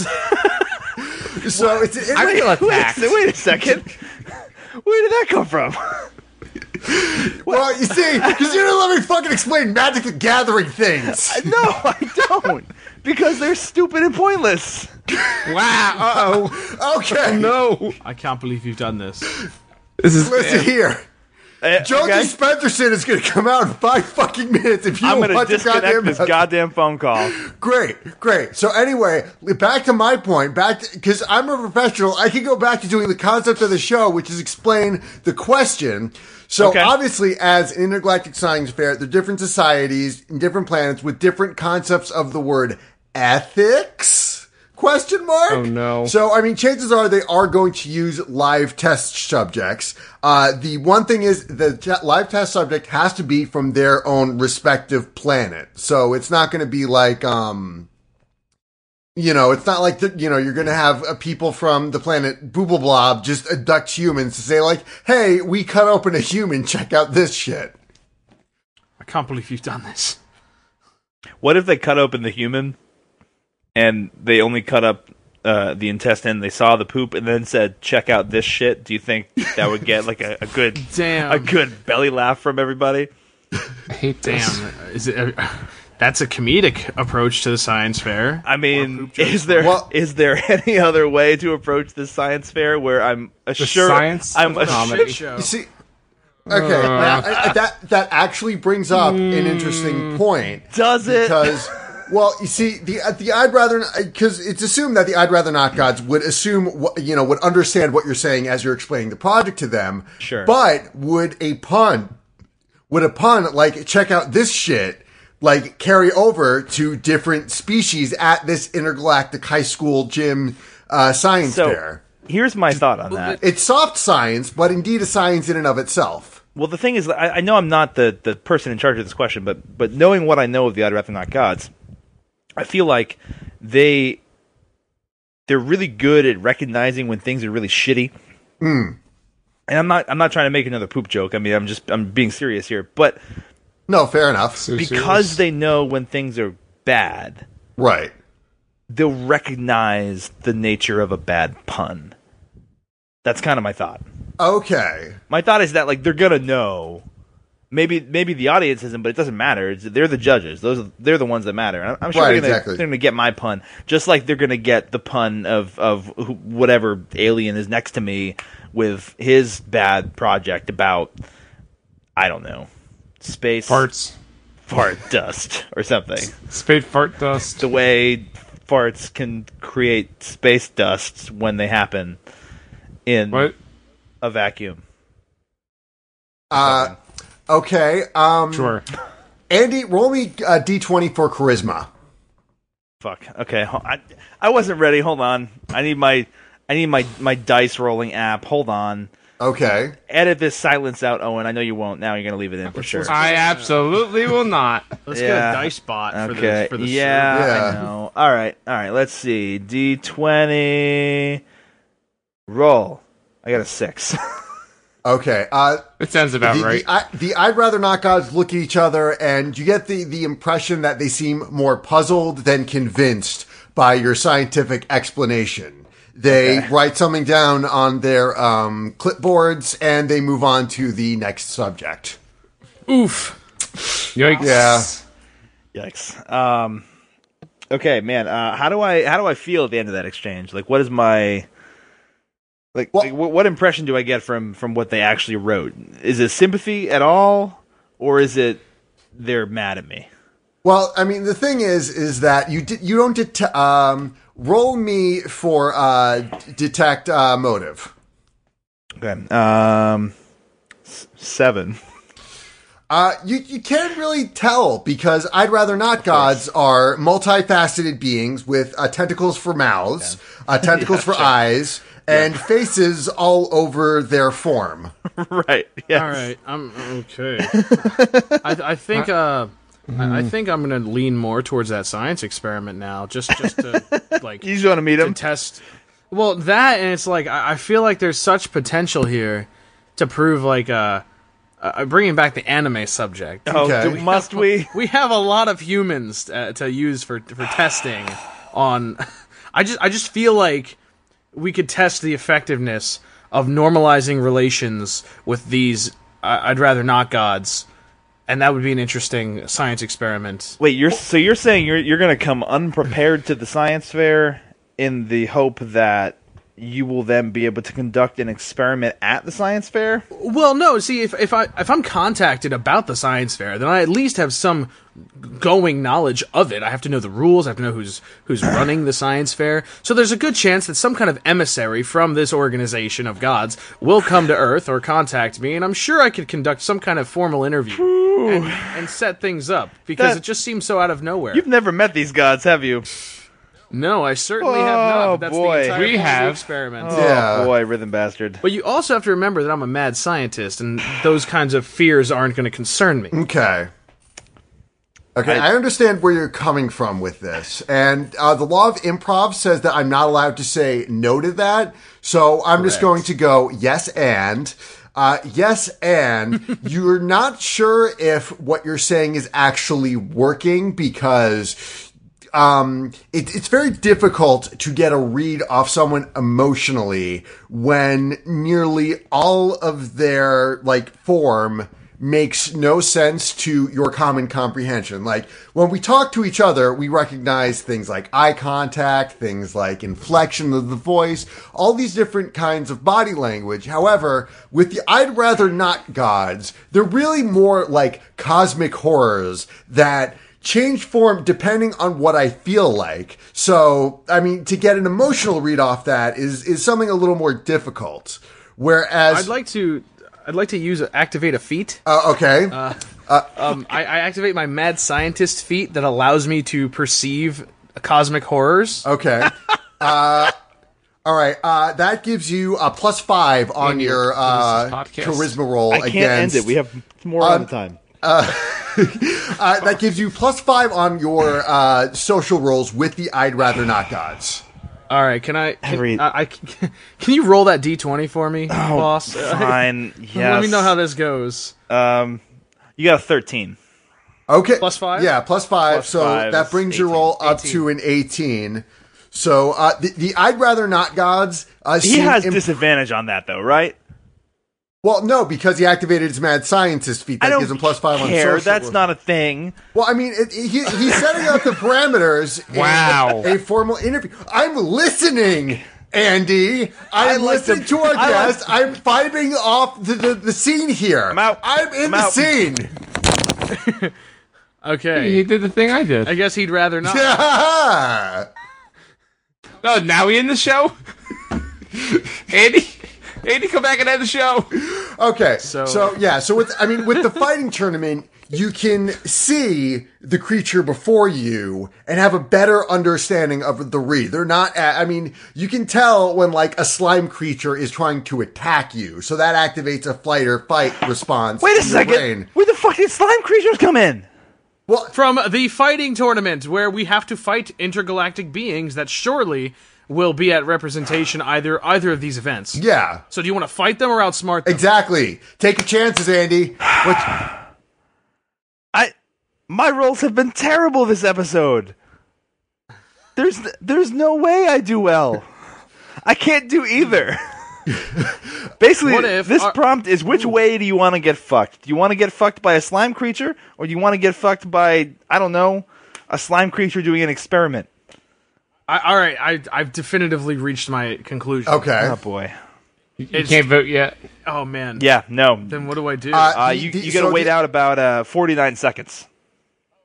A: so it's an
D: wait,
A: intergalactic.
D: wait, wait a second. Where did that come from?
A: Well, you see, because you didn't let me fucking explain Magic the Gathering things.
D: no, I don't. Because they're stupid and pointless.
A: Oh, okay.
C: No.
E: I can't believe you've done this.
C: This is
A: Listen here.
D: Uh,
A: Joe
D: okay?
A: Dispenserson is going to come out in five fucking minutes if you
D: I'm
A: don't
D: gonna
A: watch the
D: disconnect
A: goddamn
D: this goddamn phone call.
A: Great, great. So anyway, back to my point. Back because I'm a professional, I can go back to doing the concept of the show, which is explain the question. So
D: Okay.
A: obviously, as an intergalactic science fair, there are different societies and different planets with different concepts of the word ethics. Question mark?
C: Oh, no.
A: So I mean, chances are they are going to use live test subjects. Uh, the one thing is the te- live test subject has to be from their own respective planet, so it's not going to be like um, you know, it's not like the, you know you're going to have uh, people from the planet Booble Blob just abduct humans to say like, "Hey, we cut open a human. Check out this shit."
E: I can't believe you've done this.
D: What if they cut open the human and they only cut up uh, the intestine, they saw the poop and then said, check out this shit. Do you think that would get like a, a good
E: Damn.
D: a good belly laugh from everybody?
C: I hate this.
E: Damn, is it? uh, that's a comedic approach to the science fair.
D: I mean, is there is
A: Well-
D: there any other way to approach this science fair where I'm assured
C: science
D: I'm
C: of comedy.
D: assured
A: You see, okay, now, I- I- that that actually brings up an interesting point.
D: does it?
A: because well you see the uh, the i'd rather because it's assumed that the i'd rather not gods would assume what you know would understand what you're saying as you're explaining the project to them
D: Sure.
A: but would a pun would a pun like check out this shit like carry over to different species at this intergalactic high school gym uh, science
D: so
A: fair
D: here's my thought on that.
A: it's soft science but indeed a science in and of itself
D: Well, the thing is, I, I know I'm not the, the person in charge of this question, but but knowing what I know of the I'd rather not gods, I feel like they they're really good at recognizing when things are really shitty. And I'm not I'm not trying to make another poop joke. I mean, I'm just I'm being serious here, but
A: no fair enough
D: because they know when things are bad,
A: right
D: they'll recognize the nature of a bad pun. That's kind of my thought.
A: okay
D: My thought is that like they're gonna know. Maybe maybe the audience isn't, but it doesn't matter. It's, they're the judges. Those are, they're the ones that matter. And I'm, I'm sure
A: Right,
D: they're, gonna,
A: exactly.
D: they're gonna get my pun, just like they're gonna get the pun of of who, whatever alien is next to me with his bad project about I don't know space
C: Farts.
D: fart dust or something.
C: Spade fart dust.
D: The way farts can create space dusts when they happen in
C: What?
D: a vacuum.
A: uh, okay um
C: Sure.
A: Andy, roll me uh, d20 for charisma.
D: Fuck. Okay. ho- I I wasn't ready. Hold on. I need my I need my my dice rolling app. Hold on.
A: Okay.
D: Edit this silence out, Owen. I know you won't. Now you're gonna leave it in for sure.
C: I absolutely will not.
E: Let's
D: Yeah.
E: get a dice bot for
D: Okay.
E: the for the
D: yeah,
A: server.
D: I
A: Yeah.
D: know. All right. All right. Let's see. D twenty. Roll. I got a six.
A: Okay. Uh,
C: It sounds about
A: the,
C: right.
A: the, I, the I'd rather not gods look at each other, and you get the, the impression that they seem more puzzled than convinced by your scientific explanation. They write something down on their um, clipboards and they move on to the next subject.
C: Yikes.
A: Yeah.
D: Yikes. Um. Okay, man. Uh, how do I how do I feel at the end of that exchange? Like, what is my like,
A: Well-
D: like what, what impression do I get from from what they actually wrote? Is it sympathy at all, or is it they're mad at me?
A: Well, I mean, the thing is, is that you did you don't det- um, roll me for uh, d- detect uh, motive.
D: Okay. Um. s- Seven.
A: Uh, you, you can't really tell because I'd rather not gods are multifaceted beings with uh, tentacles for mouths, uh, tentacles for eyes, and faces all over their form.
D: right. Yeah.
E: All right, I'm okay. I, I think uh, I, I think I'm gonna lean more towards that science experiment now, just just to like
D: You just want to meet
E: to
D: him?
E: test. Well, that and it's like I, I feel like there's such potential here to prove like uh, uh bringing back the anime subject.
D: Oh,
A: Okay.
D: do- must we?
E: We have a lot of humans uh, to use for for testing on. I just I just feel like we could test the effectiveness of normalizing relations with these. I, I'd rather not gods, and that would be an interesting science experiment.
D: Wait, you're so you're saying you're you're gonna come unprepared to the science fair in the hope that you will then be able to conduct an experiment at the science fair?
E: Well, no. See, if if I if I'm contacted about the science fair, then I at least have some going knowledge of it. I have to know the rules. I have to know who's who's running the science fair. So there's a good chance that some kind of emissary from this organization of gods will come to Earth or contact me, and I'm sure I could conduct some kind of formal interview and, and set things up because it
D: That-
E: just seems so out of nowhere.
D: You've never met these gods, have you?
E: No, I certainly have not.
D: Oh,
E: But that's
D: boy.
E: the entire
D: We
E: point of the
C: have.
E: experiment.
A: Yeah.
D: Oh boy, rhythm bastard.
E: But you also have to remember that I'm a mad scientist, and those kinds of fears aren't going to concern me.
A: Okay. Okay, I, understand where you're coming from with this. And uh, the law of improv says that I'm not allowed to say no to that. So I'm just going to go yes and. Uh, yes, and you're not sure if what you're saying is actually working because um, it, it's very difficult to get a read off someone emotionally when nearly all of their like form makes no sense to your common comprehension. Like when we talk to each other, we recognize things like eye contact, things like inflection of the voice, all these different kinds of body language. However, with the I'd rather not gods, they're really more like cosmic horrors that change form depending on what I feel like. So, I mean, to get an emotional read off that is is something a little more difficult. Whereas,
E: I'd like to. I'd like to use activate a feat.
A: uh, okay,
E: Um, I, I activate my mad scientist feat that allows me to perceive cosmic horrors.
A: okay, uh, all right, uh, that gives you a plus five on
C: Maybe
A: your
C: this is
A: uh,
C: podcast.
A: charisma roll.
D: I can't
A: against,
D: end it. We have more on time.
A: uh, that gives you plus five on your uh, social rolls with the I'd rather not gods.
E: All right, can I? Can, uh,
D: Henry.
E: I, I- can you roll that d twenty for me,
A: Oh,
E: boss?
D: Fine. Yes.
E: Let me know how this goes.
D: You got a thirteen.
A: Okay.
E: Plus five?
A: Yeah, plus five. so
D: five
A: that
D: is
A: brings your
D: 18.
A: roll up to an 18. So uh, the, the I'd rather not gods. Uh,
D: He
A: seem
D: has
A: imp-
D: disadvantage on that though, right?
A: Well, no, because he activated his mad scientist feat.
D: I
A: That
D: don't
A: gives him plus five on
D: care.
A: social.
D: That's
A: roll.
D: not a thing.
A: Well, I mean, it, he, he's setting out the parameters. in
C: Wow.
A: a formal interview. I'm listening. Andy, I'm
D: like
A: listening
D: to-
A: to, our
D: I like-
A: guest. I'm vibing off the, the, the scene here. I'm
D: out.
A: I'm in
D: I'm
A: the
D: out.
A: scene.
C: He
E: Okay,
C: did the thing I
E: I
C: did.
E: guess he'd rather not.
C: No, Oh, now we in the show? Andy? Andy, come back and end the show.
A: Okay, so, yeah, so with I mean with the fighting tournament, you can see the creature before you and have a better understanding of the read. They're not, I mean, you can tell when like a slime creature is trying to attack you. So that activates a flight or fight response.
D: Wait
A: in
D: a
A: your
D: second.
A: brain.
D: Where the fuck did slime creatures come in?
E: From the fighting tournament, where we have to fight intergalactic beings that surely will be at representation either either of these events.
A: Yeah.
E: So do you want to fight them or outsmart them?
A: Exactly. Take your chances, Andy. What,
D: I my roles have been terrible this episode. There's there's no way I do well. I can't do either. Basically,
E: What if
D: this
E: our-
D: prompt is which way do you want to get fucked? Do you want to get fucked by a slime creature or do you want to get fucked by I don't know, a slime creature doing an experiment?
E: I, all right, I, I've definitively reached my conclusion.
A: okay. Uh,
D: Oh boy.
C: You can't vote yet.
E: Oh man.
D: Yeah, no.
E: Then what do I do?
D: Uh,
A: the-
D: you
A: the-
D: you got to
A: so
D: wait
A: the-
D: out about uh, 49 seconds.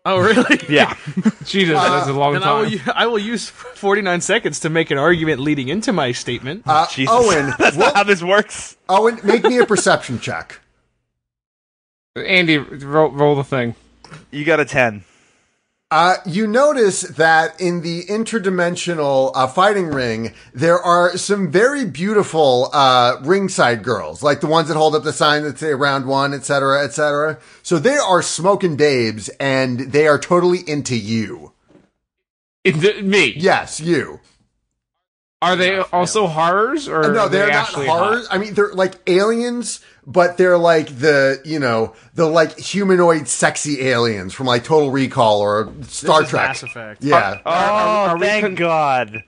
E: oh really?
D: Yeah.
C: Jesus, that's a long
E: Then I will,
C: time.
E: u- I will use 49 seconds to make an argument leading into my statement.
A: Uh,
D: Jesus.
A: Owen,
D: That's
A: what-
D: not how this works.
A: Owen, make me a perception check.
C: Andy, roll, roll the thing.
D: You got a 10.
A: Uh, you notice that in the interdimensional uh, fighting ring, there are some very beautiful uh, ringside girls, like the ones that hold up the sign that say round one, et cetera, et cetera. So they are smoking babes, and they are totally into you.
C: It, th- me.
A: Yes, you.
C: Are they also horrors or
A: no,
C: are they
A: they're not
C: actually
A: horrors. I mean, they're like aliens, but they're like the you know the like humanoid, sexy aliens from like Total Recall or Star
E: This is
A: Trek.
E: Mass Effect.
A: Yeah.
D: Oh,
C: are- are we
D: thank
C: con-
D: God.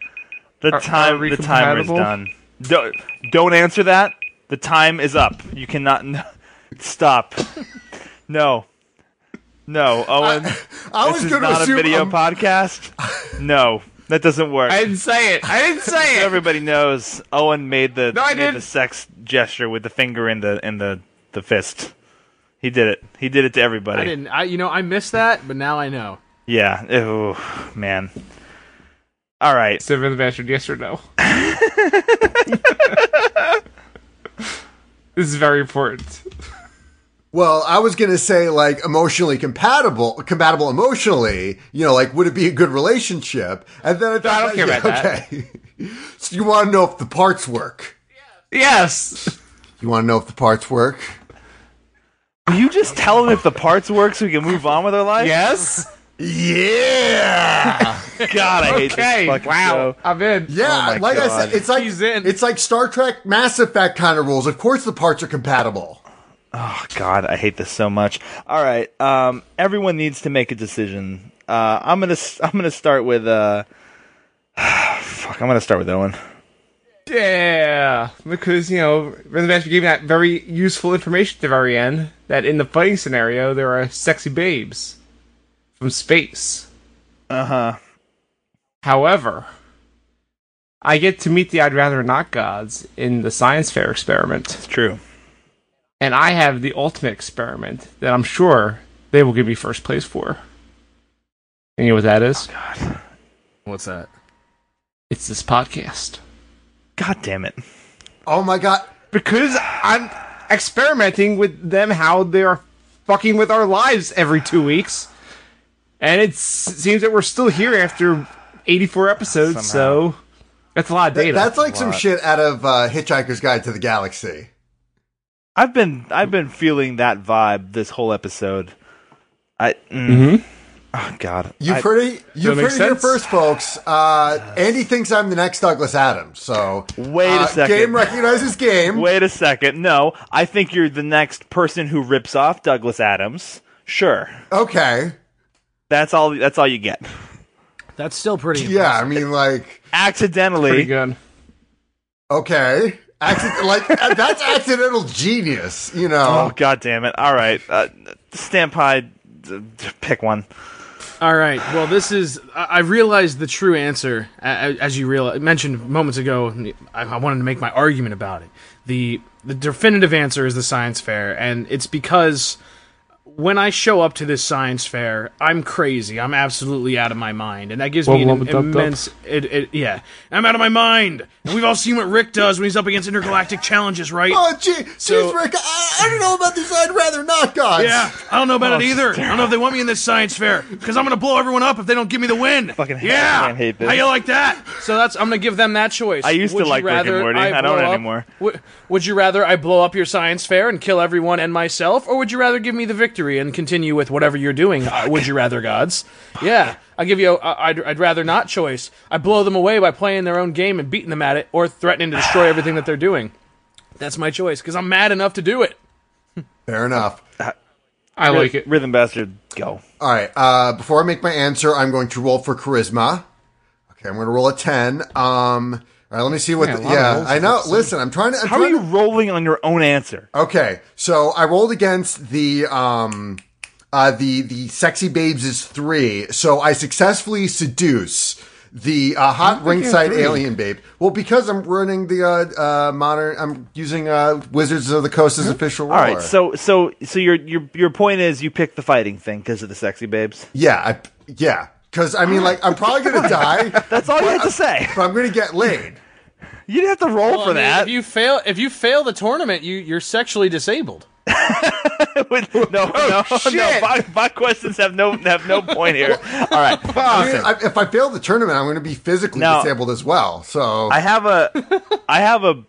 D: The
C: Are- are
D: time
C: we
D: the timer is
C: compatible?
D: done. Don't, don't answer that. The time is up. You cannot n- stop. No. No, Owen.
A: I
D: this
A: was
D: is
A: going to
D: not a
A: assume
D: video
A: um,
D: podcast. No, that doesn't work.
C: I didn't say it. I didn't say it.
D: Everybody knows Owen made the
C: No, I
D: made the
C: didn't.
D: sex gesture with the finger and the and the the fist. He did it. He did it to everybody.
E: I didn't. I you know I missed that, but now I know.
D: Yeah. Ew, man. All right.
C: Seven the bastard, yes or no? this is very important.
A: Well, I was gonna say like emotionally compatible, compatible emotionally. You know, like would it be a good relationship? And then I, thought,
C: I don't care
A: yeah,
C: about that.
A: okay. so you want to know if the parts work?
C: Yes.
A: You want to know if the parts work?
D: Will you just tell him if the parts work so we can move on with our life?
C: Yes.
A: Yeah,
D: God, I hate
C: Okay.
D: this fucking
C: Wow.
D: show.
C: I'm in.
A: yeah.
D: my
A: like I
D: God.
A: said, it's like
E: He's in.
A: it's like Star Trek Mass Effect kind of rules. Of course, the parts are compatible.
D: Oh, God, I hate this so much. All right. Um, everyone needs to make a decision. Uh, I'm gonna s- I'm gonna start with uh, fuck. I'm gonna start with Owen.
C: Yeah, because you know, Rinzmaster gave me that very useful information at the very end that in the fighting scenario there are sexy babes from space.
D: Uh huh.
C: However, I get to meet the I'd rather not gods in the science fair experiment,
D: It's true.
C: and I have the ultimate experiment that I'm sure they will give me first place for. And you know what that is?
D: God.
E: What's that?
C: It's this podcast.
D: God damn it.
A: Oh my god!
C: Because I'm experimenting with them how they are fucking with our lives every two weeks. And it s- seems that we're still here after 84 episodes, so that's a lot of data.
A: That's like some shit out of uh, Hitchhiker's Guide to the Galaxy.
D: I've been I've been feeling that vibe this whole episode. I. Mm, Oh God.
A: You've
D: I-
A: heard it. You've heard
C: that make
A: it here
C: sense?
A: first, folks. Uh, Andy thinks I'm the next Douglas Adams. So
D: Wait a
A: uh,
D: second.
A: Game recognizes game.
D: Wait a second. No, I think you're the next person who rips off Douglas Adams. Sure.
A: Okay.
D: That's all that's all you get.
E: That's still pretty.
A: Yeah, I mean, like,
C: pretty
D: Accidentally.
C: good.
A: okay. Acci- like uh, that's accidental genius, you know.
D: Oh god damn it. All right. Uh, Stampede d- d- pick one.
E: All right. Well, this is. I, I realized the true answer, a- a- as you real, mentioned moments ago. and I, I wanted to make my argument about it. the The definitive answer is the science fair, and it's because when I show up to this science fair, I'm crazy. I'm absolutely out of my mind, and that gives me
C: Wubba
E: an
C: wubba dub dub.
E: immense. It, it, yeah, I'm out of my mind. And we've all seen what Rick does when he's up against intergalactic challenges, right?
A: Oh, gee,
E: So-
A: geez, Rick, I, I don't know about these I'd rather not gods.
E: Yeah, I don't know about it
D: Oh,
E: either. I don't know if they want me in this science fair because I'm gonna blow everyone up if they don't give me the win.
D: Fucking hate-
E: yeah,
D: fucking hate this.
E: How you like that? So that's I'm gonna give them that choice. I
D: used to like Rick and Morty. I don't
E: blow up-
D: anymore.
E: Would, would you rather I blow up your science fair and kill everyone and myself, or would you rather give me the victory and continue with whatever you're doing? Uh, would you rather, gods? Yeah, I give you. A, I- I'd, I'd rather not choice. I blow them away by playing their own game and beating them at it, or threatening to destroy everything that they're doing. That's my choice because I'm mad enough to do it.
A: Fair enough.
C: I like it.
D: Rhythm bastard, go.
A: All right. Uh, before I make my answer, I'm going to roll for charisma. Okay, I'm going to roll a ten. Um, all right, let me see what.
C: Yeah,
A: the,
C: a lot of
A: yeah
C: rolls
A: I know. Listen, I'm trying to. I'm
D: How are
A: trying
D: you
A: to-
D: rolling on your own answer?
A: Okay, so I rolled against the um uh the the sexy babes is three, so I successfully seduce the uh, hot ringside alien babe. Well, because I'm running the uh, uh modern, I'm using uh Wizards of the Coast as official.
D: All
A: Roller.
D: right, so so so your your your point is you pick the fighting thing because of the sexy babes.
A: yeah, I, yeah, because I mean, like, I'm probably gonna die, but
D: That's all you have to say.
A: I'm gonna get laid.
D: You didn't have to roll for
E: I mean,
D: that.
E: If you fail, if you fail the tournament, you you're sexually disabled.
D: no, no,
E: Oh,
D: no.
C: shit.
D: Bot, bot questions have no have no point here. All right,
A: I mean, I, if I fail the tournament, I'm gonna be physically
D: Now-
A: disabled as well. So
D: I have a, I have a,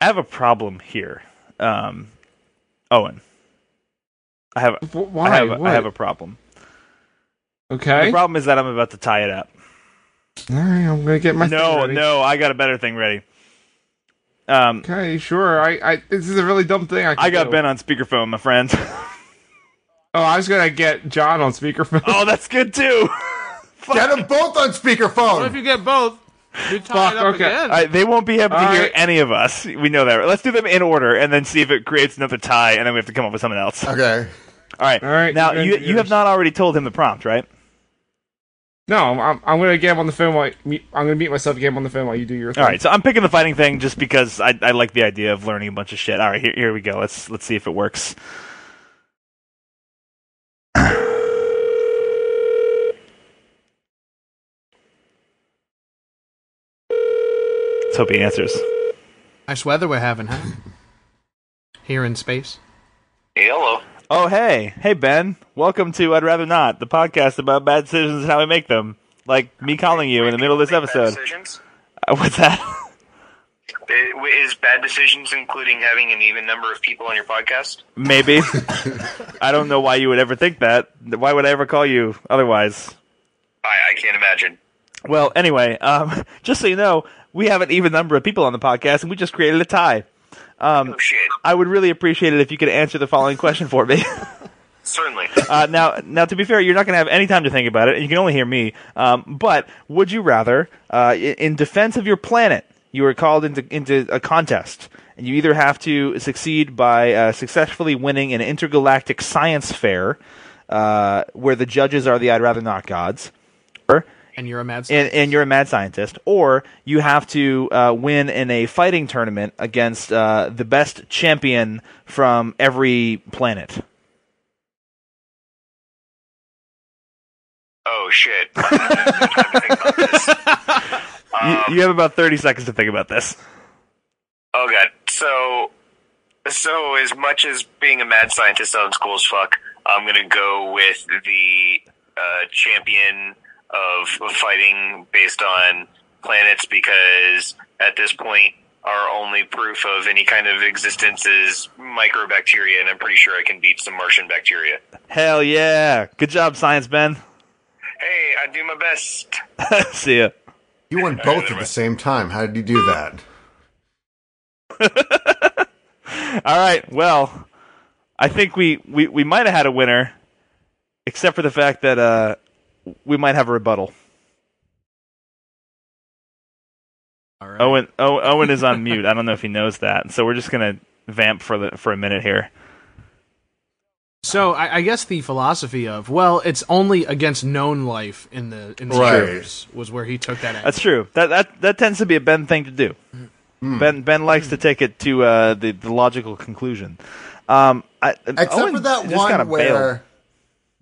D: I have a problem here, um, Owen. I have,
C: Wh- why?
D: I have,
C: What?
D: I have a problem. The
C: Okay. All
D: problem is that I'm about to tie it up.
C: right, I'm gonna get my thing
D: No,
C: ready.
D: no, I got a better thing ready. Um,
C: Okay, sure. I, I this is a really dumb thing. I, can
D: I got
C: do.
D: Ben on speakerphone, my friend.
C: Oh, I was gonna get John on speakerphone.
D: oh, that's good too.
A: get them both on speakerphone.
E: If you get both, you tie
C: Fuck, okay.
D: All right, they won't be able to
C: All
D: hear
C: right.
D: any of us. We know that. Let's do them in order and then see if it creates another tie, and then we have to come up with something else. All
A: okay.
D: right.
C: All right,
D: Now
C: you're
D: you
C: gonna do
D: you have
C: yours.
D: not already told him the prompt, right?
C: No, I'm, I'm gonna get him on the phone. While you, I'm gonna mute myself, get him on the phone while you do your thing.
D: All right, so I'm picking the fighting thing just because I, I like the idea of learning a bunch of shit. All right, here, here we go. Let's let's see if it works. Let's hope he answers.
E: Nice weather we're having, huh? Here in space.
G: Hello.
D: Oh hey, hey Ben, welcome to I'd rather not the podcast about bad decisions and how we make them. Like me calling you in the middle of this
G: Make bad
D: episode.
G: decisions?
D: Uh, What's that?
G: I- Is bad decisions including having an even number of people on your podcast?
D: Maybe. I don't know why you would ever think that. Why would I ever call you otherwise?
G: I, I can't imagine.
D: Well, anyway, um, just so you know, we have an even number of people on the podcast, and we just created a tie. Um,
G: Oh shit.
D: I would really appreciate it if you could answer the following question for me.
G: Certainly.
D: Uh, now, now, to be fair, you're not going to have any time to think about it, and you can only hear me. Um, but would you rather, uh, i- in defense of your planet, you were called into into a contest, and you either have to succeed by uh, successfully winning an intergalactic science fair, uh, where the judges are the I'd rather not gods, or
E: And you're a mad
D: and, and you're a mad scientist, or you have to uh, win in a fighting tournament against uh, the best champion from every planet.
G: Oh shit. I haven't had time to think about this.
D: You, you have about 30 seconds to think about this.
G: Oh god. So, so as much as being a mad scientist sounds cool as fuck, I'm gonna go with the uh, champion of fighting based on planets because at this point. Our only proof of any kind of existence is microbacteria, and I'm pretty sure I can beat some Martian bacteria.
D: Hell yeah. Good job, Science Ben.
G: Hey, I do my best.
D: See ya.
A: You won both at the same time. How did you do that?
D: All right. Well, I think we, we, we might have had a winner, except for the fact that uh, we might have a rebuttal.
E: All right.
D: Owen o- Owen is on mute. I don't know if he knows that. So we're just gonna vamp for the for a minute here.
E: So I, I guess the philosophy of well, it's only against known life in the in the
A: Right.
E: universe was where he took that.
D: That's true. That that that tends to be a Ben thing to do.
A: Hmm.
D: Ben Ben likes to take it to uh, the, the logical conclusion. Um, I,
A: Except
D: Owen
A: for that
D: just kinda
A: one where.
D: bailed.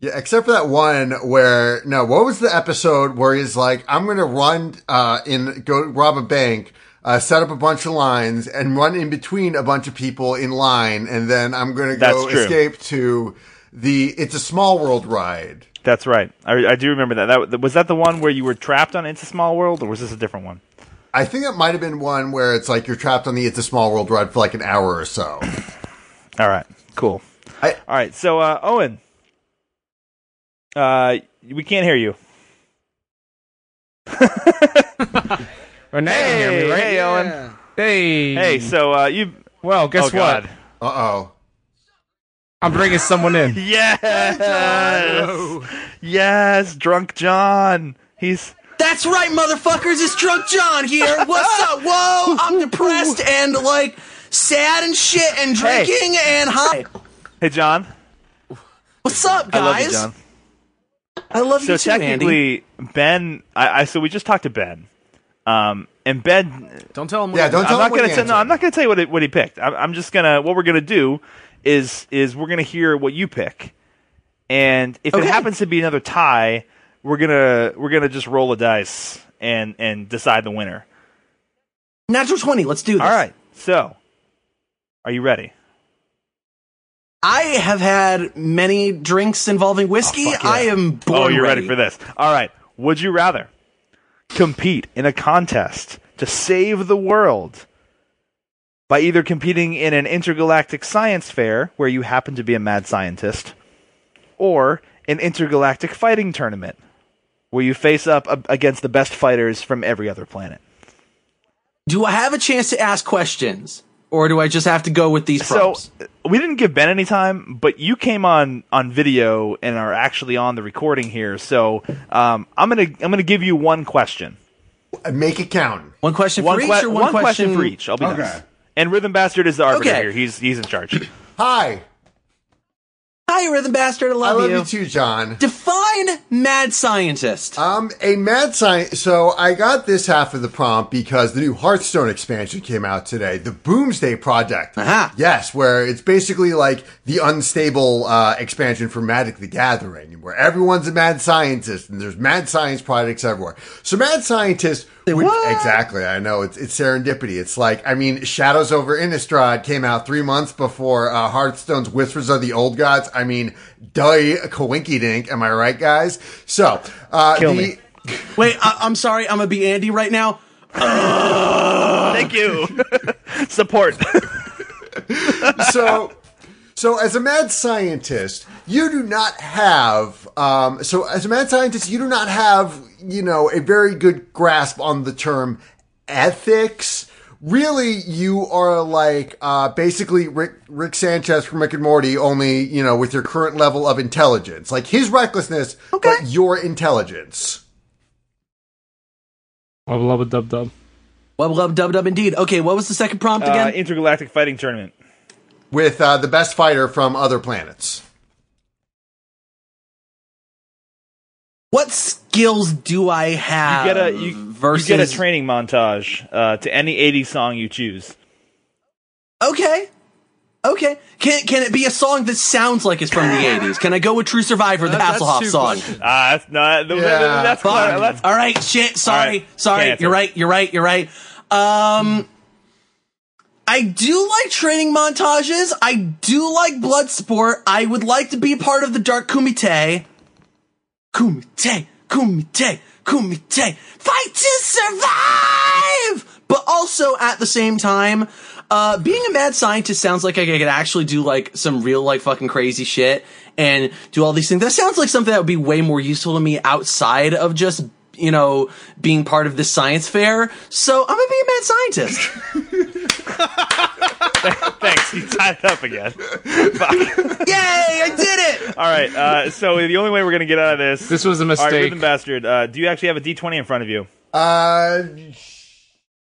A: Yeah, except for that one where no, what was the episode where he's like, "I'm gonna run uh, in, go rob a bank, uh, set up a bunch of lines, and run in between a bunch of people in line, and then I'm gonna go
D: That's true.
A: escape to the It's a Small World ride."
D: That's right. I, I do remember that. That was that the one where you were trapped on It's a Small World, or was this a different one?
A: I think it might have been one where it's like you're trapped on the It's a Small World ride for like an hour or so.
D: All right, cool.
A: I-
D: All right, so uh, Owen, uh, we can't hear you.
C: Renee can hear me, right?
D: hey, Owen.
C: Hey.
D: Hey, so uh, you.
C: Well, guess
D: oh,
C: what?
D: God.
A: Uh oh.
C: I'm bringing someone in.
D: Yes. Yes, drunk John. He's
H: That's right, motherfuckers. It's Drunk John here. What's up? Whoa, I'm depressed and like sad and shit and
D: Hey.
H: drinking and high.
D: Hey John.
H: What's up,
D: I love you,
H: guys?
D: John.
H: I love
D: So
H: you too, Andy.
D: technically Ben I, I so we just talked to Ben. Um and Ben
E: Don't tell him.
A: Yeah, don't tell
D: I'm
A: him
D: not
A: what
D: gonna
A: the
D: tell. No,
A: answer
D: I'm not gonna tell you what it, what he picked. I'm, I'm just gonna. What we're gonna do is is we're gonna hear what you pick, and if it
H: Okay.
D: happens to be another tie, we're gonna we're gonna just roll a dice and and decide the winner.
H: Natural 20. Let's do this.
D: All right. So, are you ready?
H: I have had many drinks involving whiskey. I am born
D: oh, you're ready. for this. All right. Would you rather compete in a contest to save the world by either competing in an intergalactic science fair where you happen to be a mad scientist or an intergalactic fighting tournament where you face up a- against the best fighters from every other planet?
H: Do I have a chance to ask questions? Or do I just have to go with these prompts?
D: So uh, we didn't give Ben any time, but you came on on video and are actually on the recording here. So um, I'm gonna I'm gonna give you one question.
A: Uh, Make it count.
H: one Oh. question for
D: one,
H: each
D: que-
H: or
D: one question, for each. I'll be
A: Okay.
D: nice. And Rhythm Bastard is the arbiter
H: Okay.
D: here. He's he's in charge.
A: Hi,
H: Hi, Rhythm Bastard. I
A: I love
H: love,
A: you too, John.
H: Define mad scientist.
D: Uh,
A: Um, a mad science. So I got this half of the prompt because the new Hearthstone expansion came out today, the Boomsday Project.
H: Aha.
A: Yes, where it's basically like the unstable uh, expansion for Magic: The Gathering, where everyone's a mad scientist and there's mad science projects everywhere. So mad scientist. would- exactly, I know it's, it's serendipity. It's like I mean, Shadows over Innistrad came out three months before uh, Hearthstone's Whispers of the Old Gods. I mean, die coinkydink. Am I right, guys? So uh, the.
D: me.
H: Wait, I- I'm sorry. I'm going to be Andy right now.
D: Thank you. Support.
A: so so as a mad scientist you do not have um, so as a mad scientist you do not have you know a very good grasp on the term ethics really you are like uh, basically rick, rick sanchez from rick and morty only you know with your current level of intelligence like his recklessness but your intelligence
C: Wubba lubba dub dub.
H: Wub lub dub dub indeed. Okay, what was the second prompt
D: uh,
H: again?
D: intergalactic fighting tournament.
A: with uh, the best fighter from other planets
H: what skills do I have?
D: You get a you,
H: versus
D: you get a training montage uh, to any 80s song you choose.
H: Okay. Okay. Can can it be a song that sounds like it's from the 80s? Can I go with True Survivor, the
E: that's
H: Hasselhoff
E: too
H: song?
E: questions.
D: Ah, that's not th- th-
A: Yeah.
D: that's
H: Fuck.
D: clever. That's
H: All right, shit. Sorry.
D: All right,
H: Sorry.
D: can't answer.
H: You're right. You're right. You're right. Um I do like training montages. I do like blood sport. I would like to be part of the Dark Kumite. Kumite, Kumite, Kumite. Fight to survive! But also at the same time, uh, being a mad scientist sounds like I could actually do like some real like fucking crazy shit and do all these things. That sounds like something that would be way more useful to me outside of just, you know, being part of this science fair. So I'm gonna be a mad scientist.
D: thanks. He tied it up again.
H: Yay, I did it!
D: All right. Uh, so the only way we're gonna get out of this.
C: This was a
D: All right,
C: mistake.
D: Rhythm Bastard. Uh, do you actually have a D20 in front of you?
A: uh,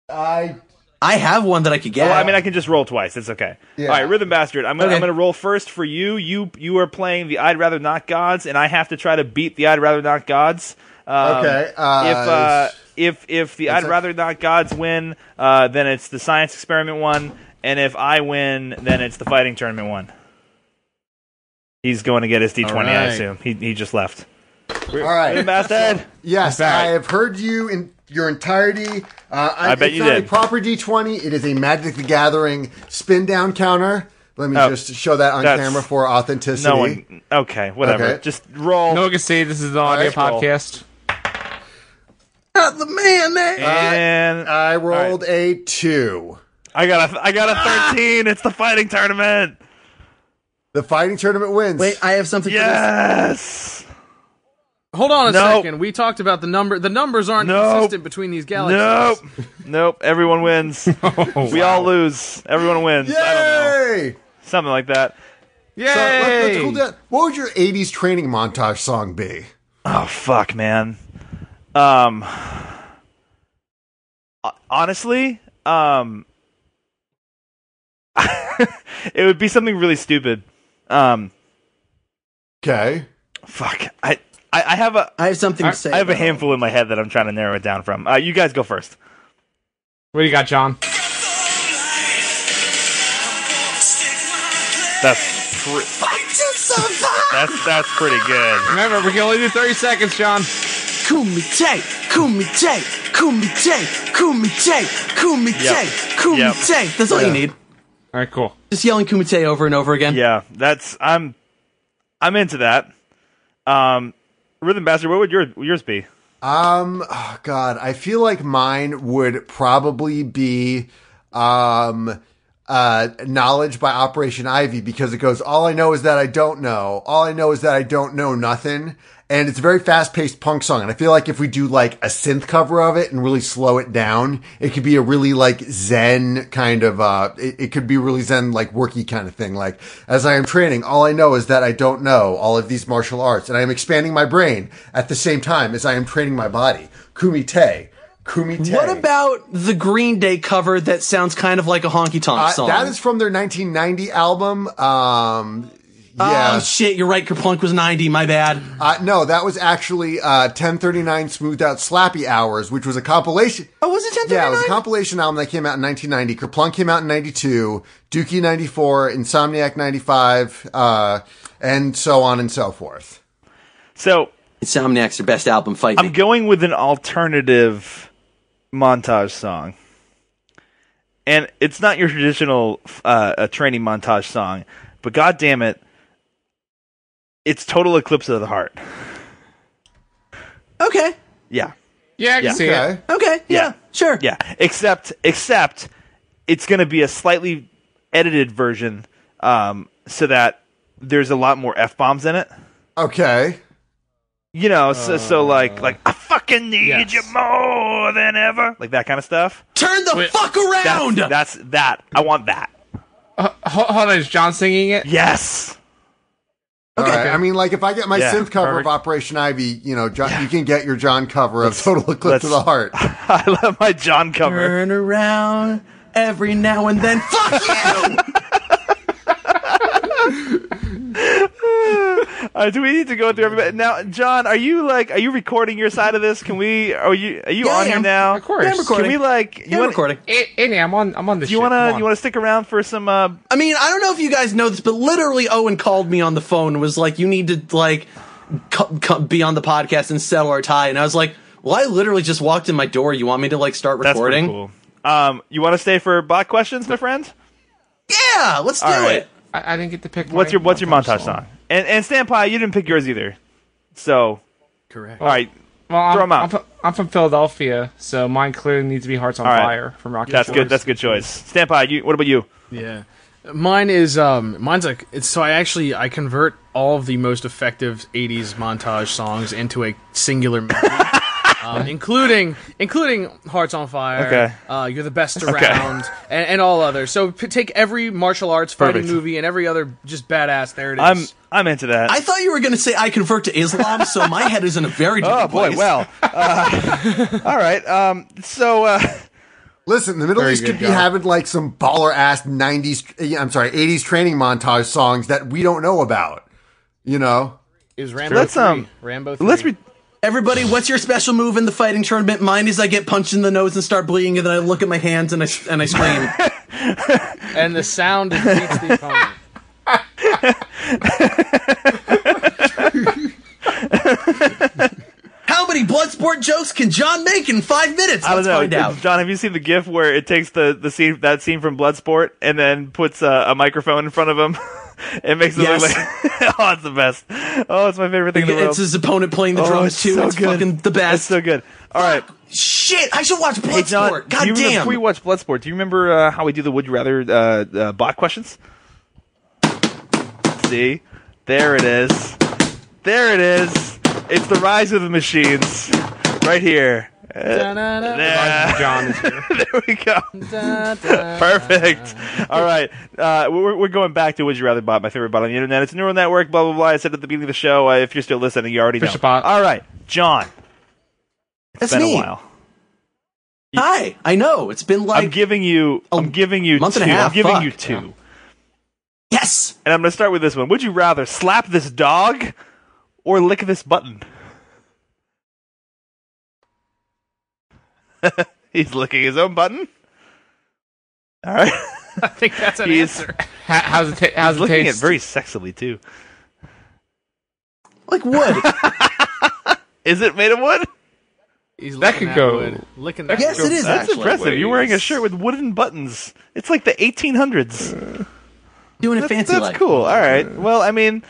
A: i
H: I have one that I could get.
D: Well, Oh, I mean, I can just roll twice. It's okay. All right, Rhythm Bastard. I'm gonna, I'm
H: Okay.
D: gonna roll first for you. You you are playing the I'd rather not gods, and I have to try to beat the I'd rather not gods. Um,
A: Okay, uh,
D: if uh, if if the I'd
A: that-
D: rather not gods win, uh, then it's the science experiment one, and if I win, then it's the fighting tournament one. He's going to get his D twenty. I
I: Alright.
D: assume he he just left.
A: All right.
D: Bastard.
A: Yes,
C: Back.
A: I have heard you in your entirety. Uh, I,
D: I bet
A: it's
D: you
A: not
D: did.
A: a proper D20. It is a Magic the Gathering spin down counter. Let me
D: Oh,
A: just show that on
D: that's-
A: camera for authenticity.
D: No one. Okay, whatever.
A: Okay.
D: Just roll.
C: No uh, one can say this is an audio
A: right,
D: roll.
C: podcast.
H: Not the man, man.
D: and
A: I rolled a two.
D: I got a I got a thirteen. It's the fighting tournament.
A: The fighting tournament wins.
H: Wait, I have something for
D: Yes.
E: Hold on a
D: No.
E: second. We talked about the number. The numbers aren't
D: No.
E: consistent between these galaxies.
D: Nope. nope. Everyone wins. we all lose. Everyone wins. I don't know.
A: Yay!
D: Something like that.
C: Yay!
A: So, let- let's cool down. What would your 80s training montage song be?
D: Oh fuck, man. Um ho- honestly, um it would be something really stupid. Um
A: Okay.
D: fuck. I I, I have a
H: I have something to say.
D: I have a
H: about it.
D: handful in my head that I'm trying to narrow it down from. Uh, you guys go first.
C: What do you got, John?
D: That's pre- that's that's pretty good.
C: Remember, we can only do 30 seconds, John.
H: Kumite, kumite, kumite, kumite,
D: Yep.
H: kumite, kumite. That's all you need.
C: All right, cool.
H: Just yelling kumite over and over again.
D: Yeah, that's I'm I'm into that. Um Rhythm Bastard, what would your yours be?
A: Um, oh God, I feel like mine would probably be um, uh, knowledge by Operation Ivy because it goes, all I know is that I don't know. All I know is that I don't know nothing. And it's a very fast paced punk song. And I feel like if we do like a synth cover of it and really slow it down, it could be a really like zen kind of, uh, it, it could be really zen, like worky kind of thing. Like, as I am training, all I know is that I don't know all of these martial arts and I am expanding my brain at the same time as I am training my body. Kumite. Kumite.
H: What about the Green Day cover that sounds kind of like a honky tonk
A: Uh,
H: song?
A: That is from their 1990 album. Um,
H: Oh
A: yeah.
H: shit! You're right. Kerplunk was 90. My bad.
A: uh, no, that was actually uh, 1039 Smoothed Out Slappy Hours, which was a compilation.
H: Oh, was it 1039?
A: Yeah, it was a compilation album that came out in 1990. Kerplunk came out in 92, Dookie 94, Insomniac 95, uh, and so on and so forth.
D: So
H: Insomniac's their best album. Fight
D: I'm
H: me.
D: going with an alternative montage song. And it's not your traditional uh, a training montage song, but god damn it, it's Total Eclipse of the Heart.
H: Okay.
D: Yeah.
C: Yeah, I can
D: Yeah.
C: see it.
A: Okay.
H: Okay. Yeah.
D: Yeah.
H: Sure.
D: Yeah. Except except it's going to be a slightly edited version um, so that there's a lot more F-bombs in it.
A: Okay.
D: You know, so, so like like I fucking need
I: yes.
D: you more than ever. Like that kind of stuff.
H: Turn the fuck
D: That's-
H: around.
D: that's that. I want that.
C: Hold, Uh, hold on, is John singing it?
D: Yes.
A: All right. I mean, like if I get my
D: Yeah,
A: synth cover of
D: perfect.
A: Operation Ivy, you know, John, you can get your John cover of Total Eclipse of
D: let's-
A: the Heart.
D: I love my John cover.
H: Turn around every now and then. fuck you.
D: Uh, do we need to go through everybody now? John, are you like are you recording your side of this? Can we? Are you are you
H: Yeah, I
D: on here
H: am.
D: now?
C: Of course.
H: Yeah, I'm recording.
D: Can we like? You
H: Yeah, I'm
D: wanna,
H: recording.
C: It, it, I'm on. I'm on this.
D: Do you
C: shit.
D: want
C: Come
D: to
C: on.
D: you want to stick around for some? Uh,
H: I mean, I don't know if you guys know this, but literally Owen called me on the phone and was like, "You need to like co- co- be on the podcast and settle our tie." And I was like, "Well, I literally just walked in my door. You want me to like start
D: that's
H: recording?
D: pretty cool. Um, you want to stay for bot questions, my friend?
H: Yeah, let's do
D: All right.
H: it."
C: I, I didn't get to pick.
D: What's
C: my
D: your what's your montage song? And and Standby, you didn't pick yours either. So correct. All right,
C: Well, I'm,
D: Throw 'em out.
C: I'm, from, I'm from Philadelphia, so mine clearly needs to be "Hearts on
D: right.
C: Fire" from Rocky.
D: that's
C: Shores.
D: good. That's a good choice. Standby, you. What about you?
E: Yeah. Mine is um mine's like it's so I actually I convert all of the most effective 80s montage songs into a singular melody. Um, including including Hearts on Fire,
D: Okay.
E: uh, You're the Best Around, and, and all others. So p- take every martial arts fighting
D: Perfect.
E: movie and every other just badass. There it
D: I'm
E: is.
D: I'm into that.
H: I thought you were going to say I convert to Islam, so my head is in a very different
D: Oh boy!
H: place.
D: Well, uh, all right. Um, so uh,
A: Listen, the Middle East could be having like some baller ass nineties. I'm sorry, eighties training montage songs that we don't know about. You know,
E: Is Rambo
D: let's,
E: three.
D: um,
E: Rambo 3.
D: let's re-
H: Everybody, what's your special move in the fighting tournament? Mine is I get punched in the nose and start bleeding, and then I look at my hands and I and I scream.
E: and the sound defeats the opponent.
H: How many bloodsport jokes can John make in five minutes?
D: I don't
H: Let's
D: know.
H: find out.
D: John, have you seen the GIF where it takes the, the scene that scene from Bloodsport and then puts a, a microphone in front of him? it makes it
H: Yes.
D: look like oh, it's the best. Oh, it's my favorite thing in the world.
H: It's his opponent playing the
D: oh,
H: drums
D: it's
H: too.
D: so
H: it's
D: good.
H: fucking the best.
D: It's so good. All right.
H: Shit, I should watch Bloodsport.
D: Hey John,
H: God
D: do you remember,
H: damn.
D: before you watch Bloodsport, do you remember uh, how we do the Would You Rather uh, uh, bot questions? See, there it is, there it is. It's the rise of the machines, right here. Uh, there,
C: John is here.
D: there we go. Perfect. All right, uh, we're, we're going back to Would You Rather bot, my favorite bot on the internet. It's a neural network. Blah blah blah. I said at the beginning of the show. Uh, if you're still listening, you already know.
C: Fisher bot.
D: All right, John. It's
H: That's
D: been
H: me.
D: a while.
H: Hi, I know. It's been
D: I'm
H: like
D: giving you. I'm giving you
H: month
D: two.
H: and a half,
D: I'm giving
H: fuck.
D: you two,
H: yes.
D: and I'm going to start with this one. Would you rather slap this dog or lick this button? He's licking his own button. All right.
E: I think that's an
D: He's-
E: answer.
C: How, how's it? Ta- how's
D: He's
C: it
D: licking it
C: taste?
D: very sexily too.
H: Like wood.
D: Is it made of wood?
E: He's
C: That
E: licking
C: could
E: that
C: go-
E: wood. Licking that
H: yes,
E: wood.
H: it is
D: That's
H: actually.
D: impressive. You're wearing a
C: ways.
D: shirt with wooden buttons. It's like the 1800s.
H: Doing it
D: That's,
H: fancy
D: that's
H: like.
D: cool. All right. Well, I mean,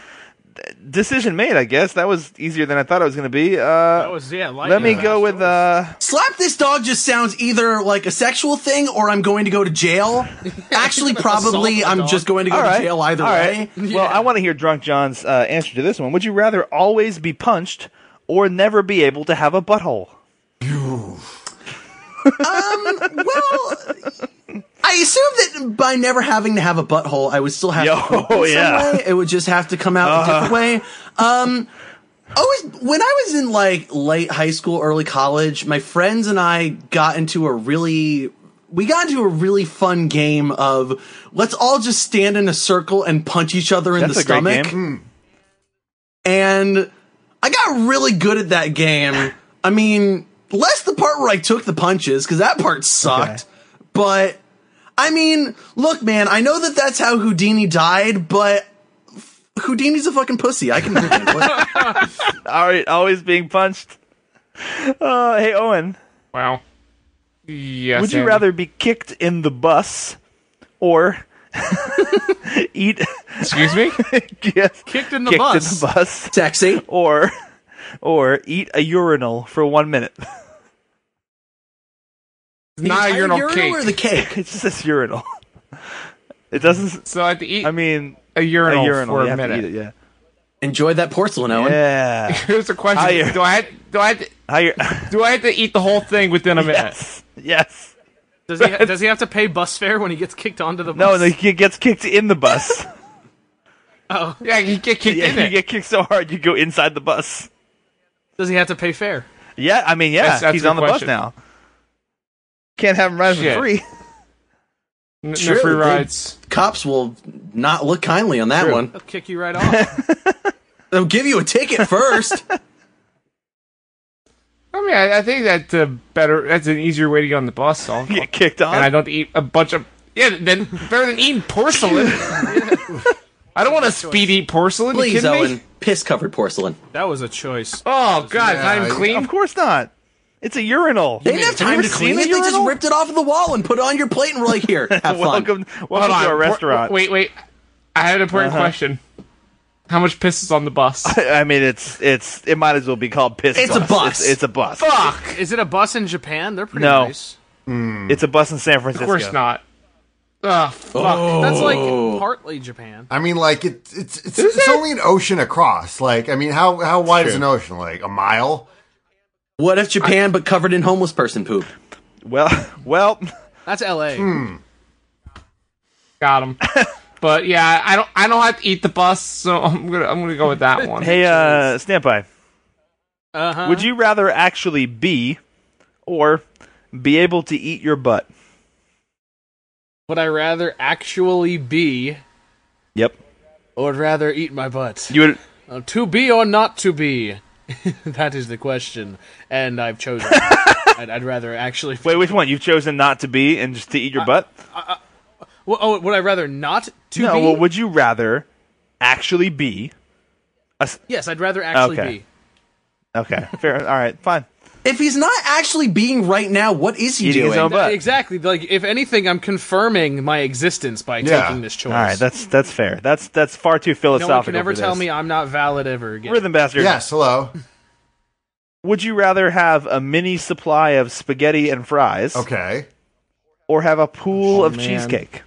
D: d- decision made. I guess that was easier than I thought it was going to be. Uh,
C: Oh,
E: That was yeah.
D: let
E: lightning
D: me
E: fast.
D: go with uh,
H: Slap this dog just sounds either like a sexual thing or I'm going to go to jail. Actually, probably
E: assault a
H: I'm
E: dog.
H: just going to go
D: All right.
H: to jail either
D: All
H: way.
D: right. Well, I want to hear Drunk John's uh, answer to this one. Would you rather always be punched or never be able to have a butthole?
H: Um, Well, I assume that by never having to have a butthole, I would still have
D: Yo,
H: to poop in some
D: yeah. Uh-huh.
H: way. It would just have to come out a different way. Um, always when I was in like late high school, early college, my friends and I got into a really we got into a really fun game of let's all just stand in a circle and punch each other in
D: That's
H: the
D: a great
H: stomach
D: game. Hmm.
H: and I got really good at that game. I mean, less the part where I took the punches because that part sucked. But I mean, look, man, I know that that's how Houdini died, but Houdini's a fucking pussy. I can handle it.
D: All right. Always being punched. Uh, hey, Owen.
C: Wow. Yes.
D: Would you
C: Andy.
D: rather be kicked in the bus or eat
C: Excuse me.
D: yes,
E: Kicked in the
D: kicked
E: bus.
D: in the bus
H: sexy.
D: or or eat a urinal for one minute?
C: Not a
H: Either
C: urinal
H: urinal
C: cake.
H: or the cake.
D: It just says urinal. It doesn't.
C: so I have to eat
D: I mean,
C: a urinal,
D: a urinal.
C: for
D: you
C: a
D: have to
C: minute.
D: eat it,
H: Enjoy that porcelain, Owen.
D: yeah. Yeah.
C: Here's the
D: How you-
C: question: Do I do I have to,
D: How you?
C: do I have to eat the whole thing within a minute?
D: yes. Yes.
E: Does he, does he have to pay bus fare when he gets kicked onto the
D: No,
E: bus?
D: no, he gets kicked in the bus.
C: Yeah, you get kicked
D: yeah,
C: in
D: you
C: it.
D: get kicked so hard you go inside the bus.
E: Does he have to pay fare?
D: Yeah, I mean, yeah,
C: That's- that's
D: he's
C: a
D: on the
C: good
D: bus
C: question.
D: now. Can't have him ride
C: Shit.
D: for free.
C: N- no
H: True,
C: free
H: dude.
C: rides.
H: Cops will not look kindly on that one.
E: He'll kick you right off.
H: They'll give you a ticket first.
C: I mean, I, I think that's a better. That's an easier way to get on the bus. I'll,
D: Get kicked on.
C: and I don't have to eat a bunch of. Yeah, then better than eating porcelain. I don't want to speed eat porcelain. you
H: Please,
C: kidding me?
H: Owen. Piss covered porcelain.
E: that was a choice.
C: Oh god, it's not
J: Yeah,
C: even clean.
D: of course not. It's a urinal.
H: They didn't have time
D: ever
H: to clean
D: seen a
H: it. They just
D: urinal?
H: ripped it off of the wall and put it on your plate and were like, here, have fun.
D: Welcome, welcome to
C: Hold
D: our
C: on,
D: restaurant. Uh-huh.
C: Wait, wait. I have an important question. How much piss is on the bus?
D: I mean, it's it's it might as well be called piss.
H: It's a bus.
D: It's, it's a bus.
C: Fuck!
E: Is it a bus in Japan? They're pretty
D: No.
E: nice.
D: It's a bus in San Francisco.
C: Of course not. Ugh, fuck.
E: That's
D: Oh.
E: like partly Japan.
J: I mean, like it, it's it's it's only an ocean across. Like, I mean, how how wide is an ocean? Like a mile?
H: What if Japan, but covered in homeless person poop?
D: Well, well,
E: That's L.A.
D: Hmm.
C: Got him. But yeah, I don't. I don't have to eat the bus, so I'm gonna. I'm gonna go with that one.
D: hey, uh, standby.
E: Uh-huh.
D: Would you rather actually be, or be able to eat your butt?
E: Would I rather actually be,
D: Yep.
E: or would rather eat my butt?
D: You would.
E: Uh, to be or not to be? that is the question, and I've chosen. I'd, I'd rather actually.
D: Wait, which one? You've chosen not to be and just to
H: Uh,
D: eat your butt?
E: Well, oh, would I rather not to
D: no,
E: be?
D: well, would you rather actually be?
E: yes, I'd rather actually
D: Okay.
E: be.
D: Okay, fair. All right, fine.
H: If he's not actually being right now, what is he
D: Eating his
H: doing?
D: own butt.
E: exactly. Like, if anything, I'm confirming my existence by
A: Yeah.
E: taking this choice.
D: All right, that's that's fair. That's that's far too
E: no
D: philosophical.
E: one can ever
D: for
E: tell
D: this.
E: me I'm not valid ever again.
D: Rhythm bastard.
A: Yes, hello.
D: Would you rather have a mini supply of spaghetti and fries,
A: Okay.
D: or have a
E: Oh,
D: pool of cheesecake?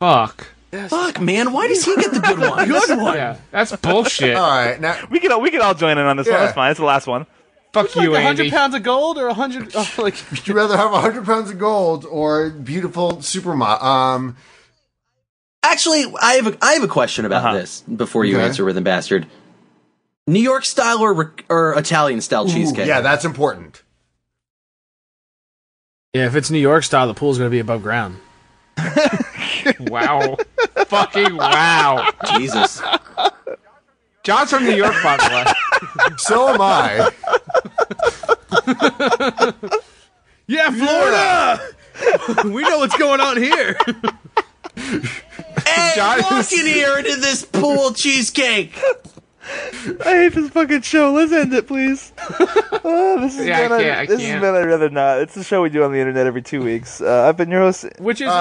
C: Fuck.
H: Fuck, man, why does he get the good one? good one.
C: Yeah, that's bullshit.
A: All right. Now,
D: We can all, we can all join in on this one.
A: Yeah.
D: That's fine. It's the last one.
C: Fuck you,
E: like
C: Andy.
E: hundred pounds of gold or hundred oh, like
A: would you rather have 100 pounds of gold or beautiful supermodel? Um,
H: Actually, I have a, I have a question about
D: Uh-huh.
H: this before you
A: Okay.
H: answer Rhythm Bastard. New York style or, rec- or Italian style
A: ooh,
H: cheesecake?
A: yeah, that's important.
E: Yeah, if it's New York style, the pool's gonna be above ground.
C: Wow. Fucking wow.
H: Jesus.
K: John's from New York, by the way.
A: So am I.
E: Yeah, Florida! we know what's going on here.
H: hey,
K: John is-
H: walk in here into this pool cheesecake.
D: I hate this fucking show. Let's end it, please. oh, this has
C: Yeah, I
D: been a-
C: can't, I
D: this has
C: can't.
D: been I'd rather not. It's the show we do on the internet every two weeks. Uh, I've been your host.
E: Which is
A: Uh,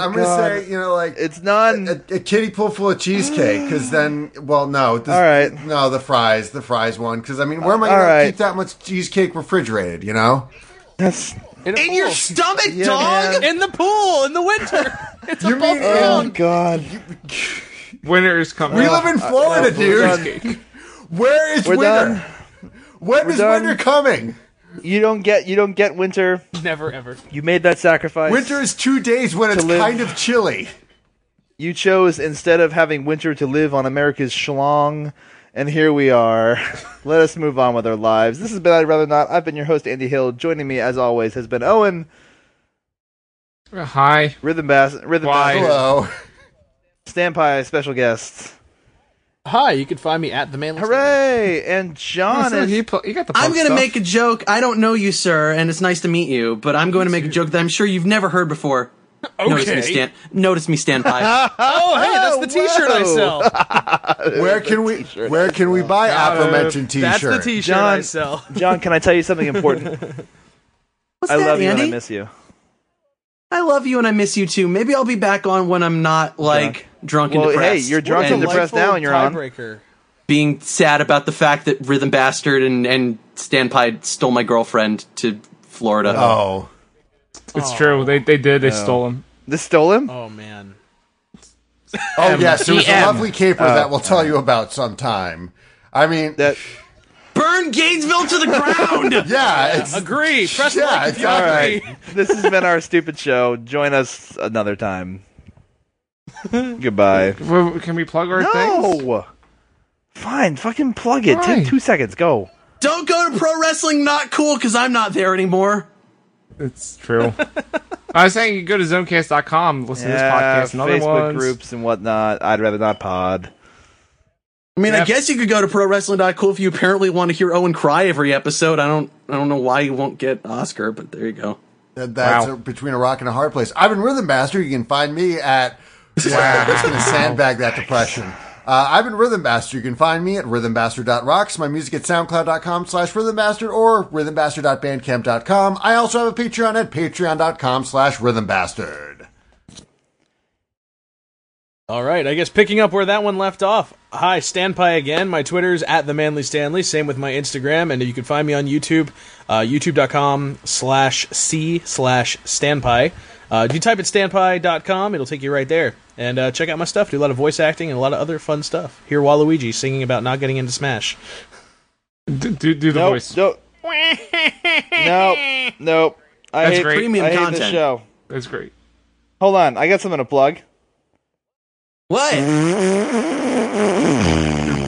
A: I'm going to
D: God.
A: say, you know, like,
D: It's non.
A: a, a kiddie pool full of cheesecake because then well no this,
D: All right.
A: no the fries the fries one because i mean where am i
D: All
A: gonna
D: right.
A: keep that much cheesecake refrigerated you know
D: that's
E: in, a
H: In your
E: pool.
H: stomach,
D: Oh, Yeah,
H: dog?
D: man.
E: in the pool in the winter. It's
A: You
E: above
A: mean-
D: oh
E: ground.
D: god.
K: Winter is coming.
A: we live in florida dude
D: Uh, Done.
A: where is
D: We're
A: winter
D: done.
A: when is
D: done.
A: winter coming
D: You don't get. You don't get winter.
E: Never ever.
D: You made that sacrifice.
A: winter is two days when it's
D: live.
A: kind of chilly
D: You chose instead of having winter to live on America's schlong, and here we are. Let us move on with our lives. This has been I'd rather not. I've been your host Andy Hill. Joining me as always has been Owen,
C: Hi.
D: Rhythm Bass, Rhythm
C: Why?
D: Bass,
A: hello
D: Standby special guest.
E: Hi, you can find me at the man.
D: Hooray! And John
C: So
D: is
C: he pl- he got the
H: I'm
C: punk
H: going to
C: stuff.
H: make a joke. I don't know you, sir, and it's nice to meet you, but I'm going to make a joke that I'm sure you've never heard before. Notice me stand. Notice me stand by.
E: Oh, hey, that's the T-shirt I
D: whoa.
E: sell.
A: where can we where can we buy aforementioned
E: That's the
A: t-shirt
E: T-shirt I
D: John-
E: sell.
D: John. Can I tell you something important?
H: What's
D: I
H: that,
D: love you and
H: Andy?
D: I miss you.
H: I love you and I miss you too. Maybe I'll be back on when I'm not like drunk, and
D: Well, hey,
H: depressed.
D: you're drunk and
H: and
D: depressed now, and you're on.
E: Tiebreaker.
H: being sad about the fact that Rhythm Bastard and and Standpipe stole my girlfriend to Florida.
A: oh
C: It's true. They they did. They stole him.
D: This stole him.
E: Oh man.
A: oh yes there's a
C: M.
A: lovely caper that we'll tell you about sometime i mean
D: Oh. That
H: Burn Gainesville to the ground.
A: yeah it's
E: Agree. Press
A: Yeah,
E: like if
A: it's
E: you
A: all
E: agree.
D: this has been our stupid show. Join us another time. Goodbye.
C: Well, Can we plug our things?
D: No. Fine, fucking plug it.
C: Why?
D: Take two seconds. Go.
H: Don't go to pro wrestling. Not cool because I'm not there anymore.
C: It's true. I was saying you go to zonecast.com, listen
D: Yeah,
C: to this podcast and other
D: Facebook
C: ones.
D: groups and whatnot. I'd rather not pod.
H: I mean, I
C: Yep.
H: guess you could go to pro wrestling.cool if you apparently want to hear Owen cry every episode. I don't. I don't know why you won't get Oscar, but there you go.
A: That- That's
C: Wow.
A: a- between a rock and a hard place. I've been Rhythm Master. You can find me at. Wow. I'm just going to sandbag that depression. Uh, I've been Rhythm Master. You can find me at rhythmbaster.rocks, my music at soundcloud.com slash rhythmbaster or rhythmbaster.bandcamp.com. I also have a Patreon at patreon.com slash rhythmbastard.
E: All right, I guess picking up where that one left off. Hi, Standpy again. My Twitter's at the Manly Stanley. Same with my Instagram, and you can find me on YouTube, uh, youtube.com slash c slash Standpy. Uh, if you type at standpy.com, it'll take you right there. And uh, check out my stuff. Do a lot of voice acting and a lot of other fun stuff. Hear Waluigi singing about not getting into Smash.
C: Do, do, do the
D: Nope.
C: voice.
D: Nope. nope. Nope. I
C: That's
D: hate,
C: great.
H: Premium
D: I hate this
H: content.
D: show.
C: That's great.
D: Hold on. I got something to plug.
H: What?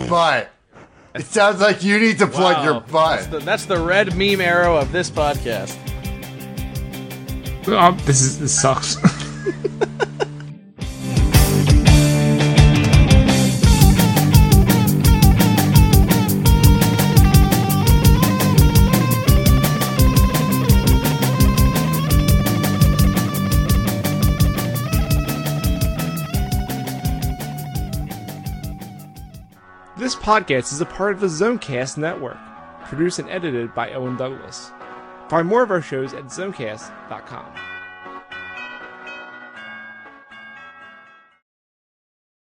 A: But it sounds like you need to plug
E: Wow.
A: your
E: That's
A: butt.
E: the, that's the red meme arrow of this podcast.
C: Um, this, is, this sucks. This podcast is a part of the Zonecast Network, produced and edited by Owen Douglas. Find more of our shows at zonecast.com.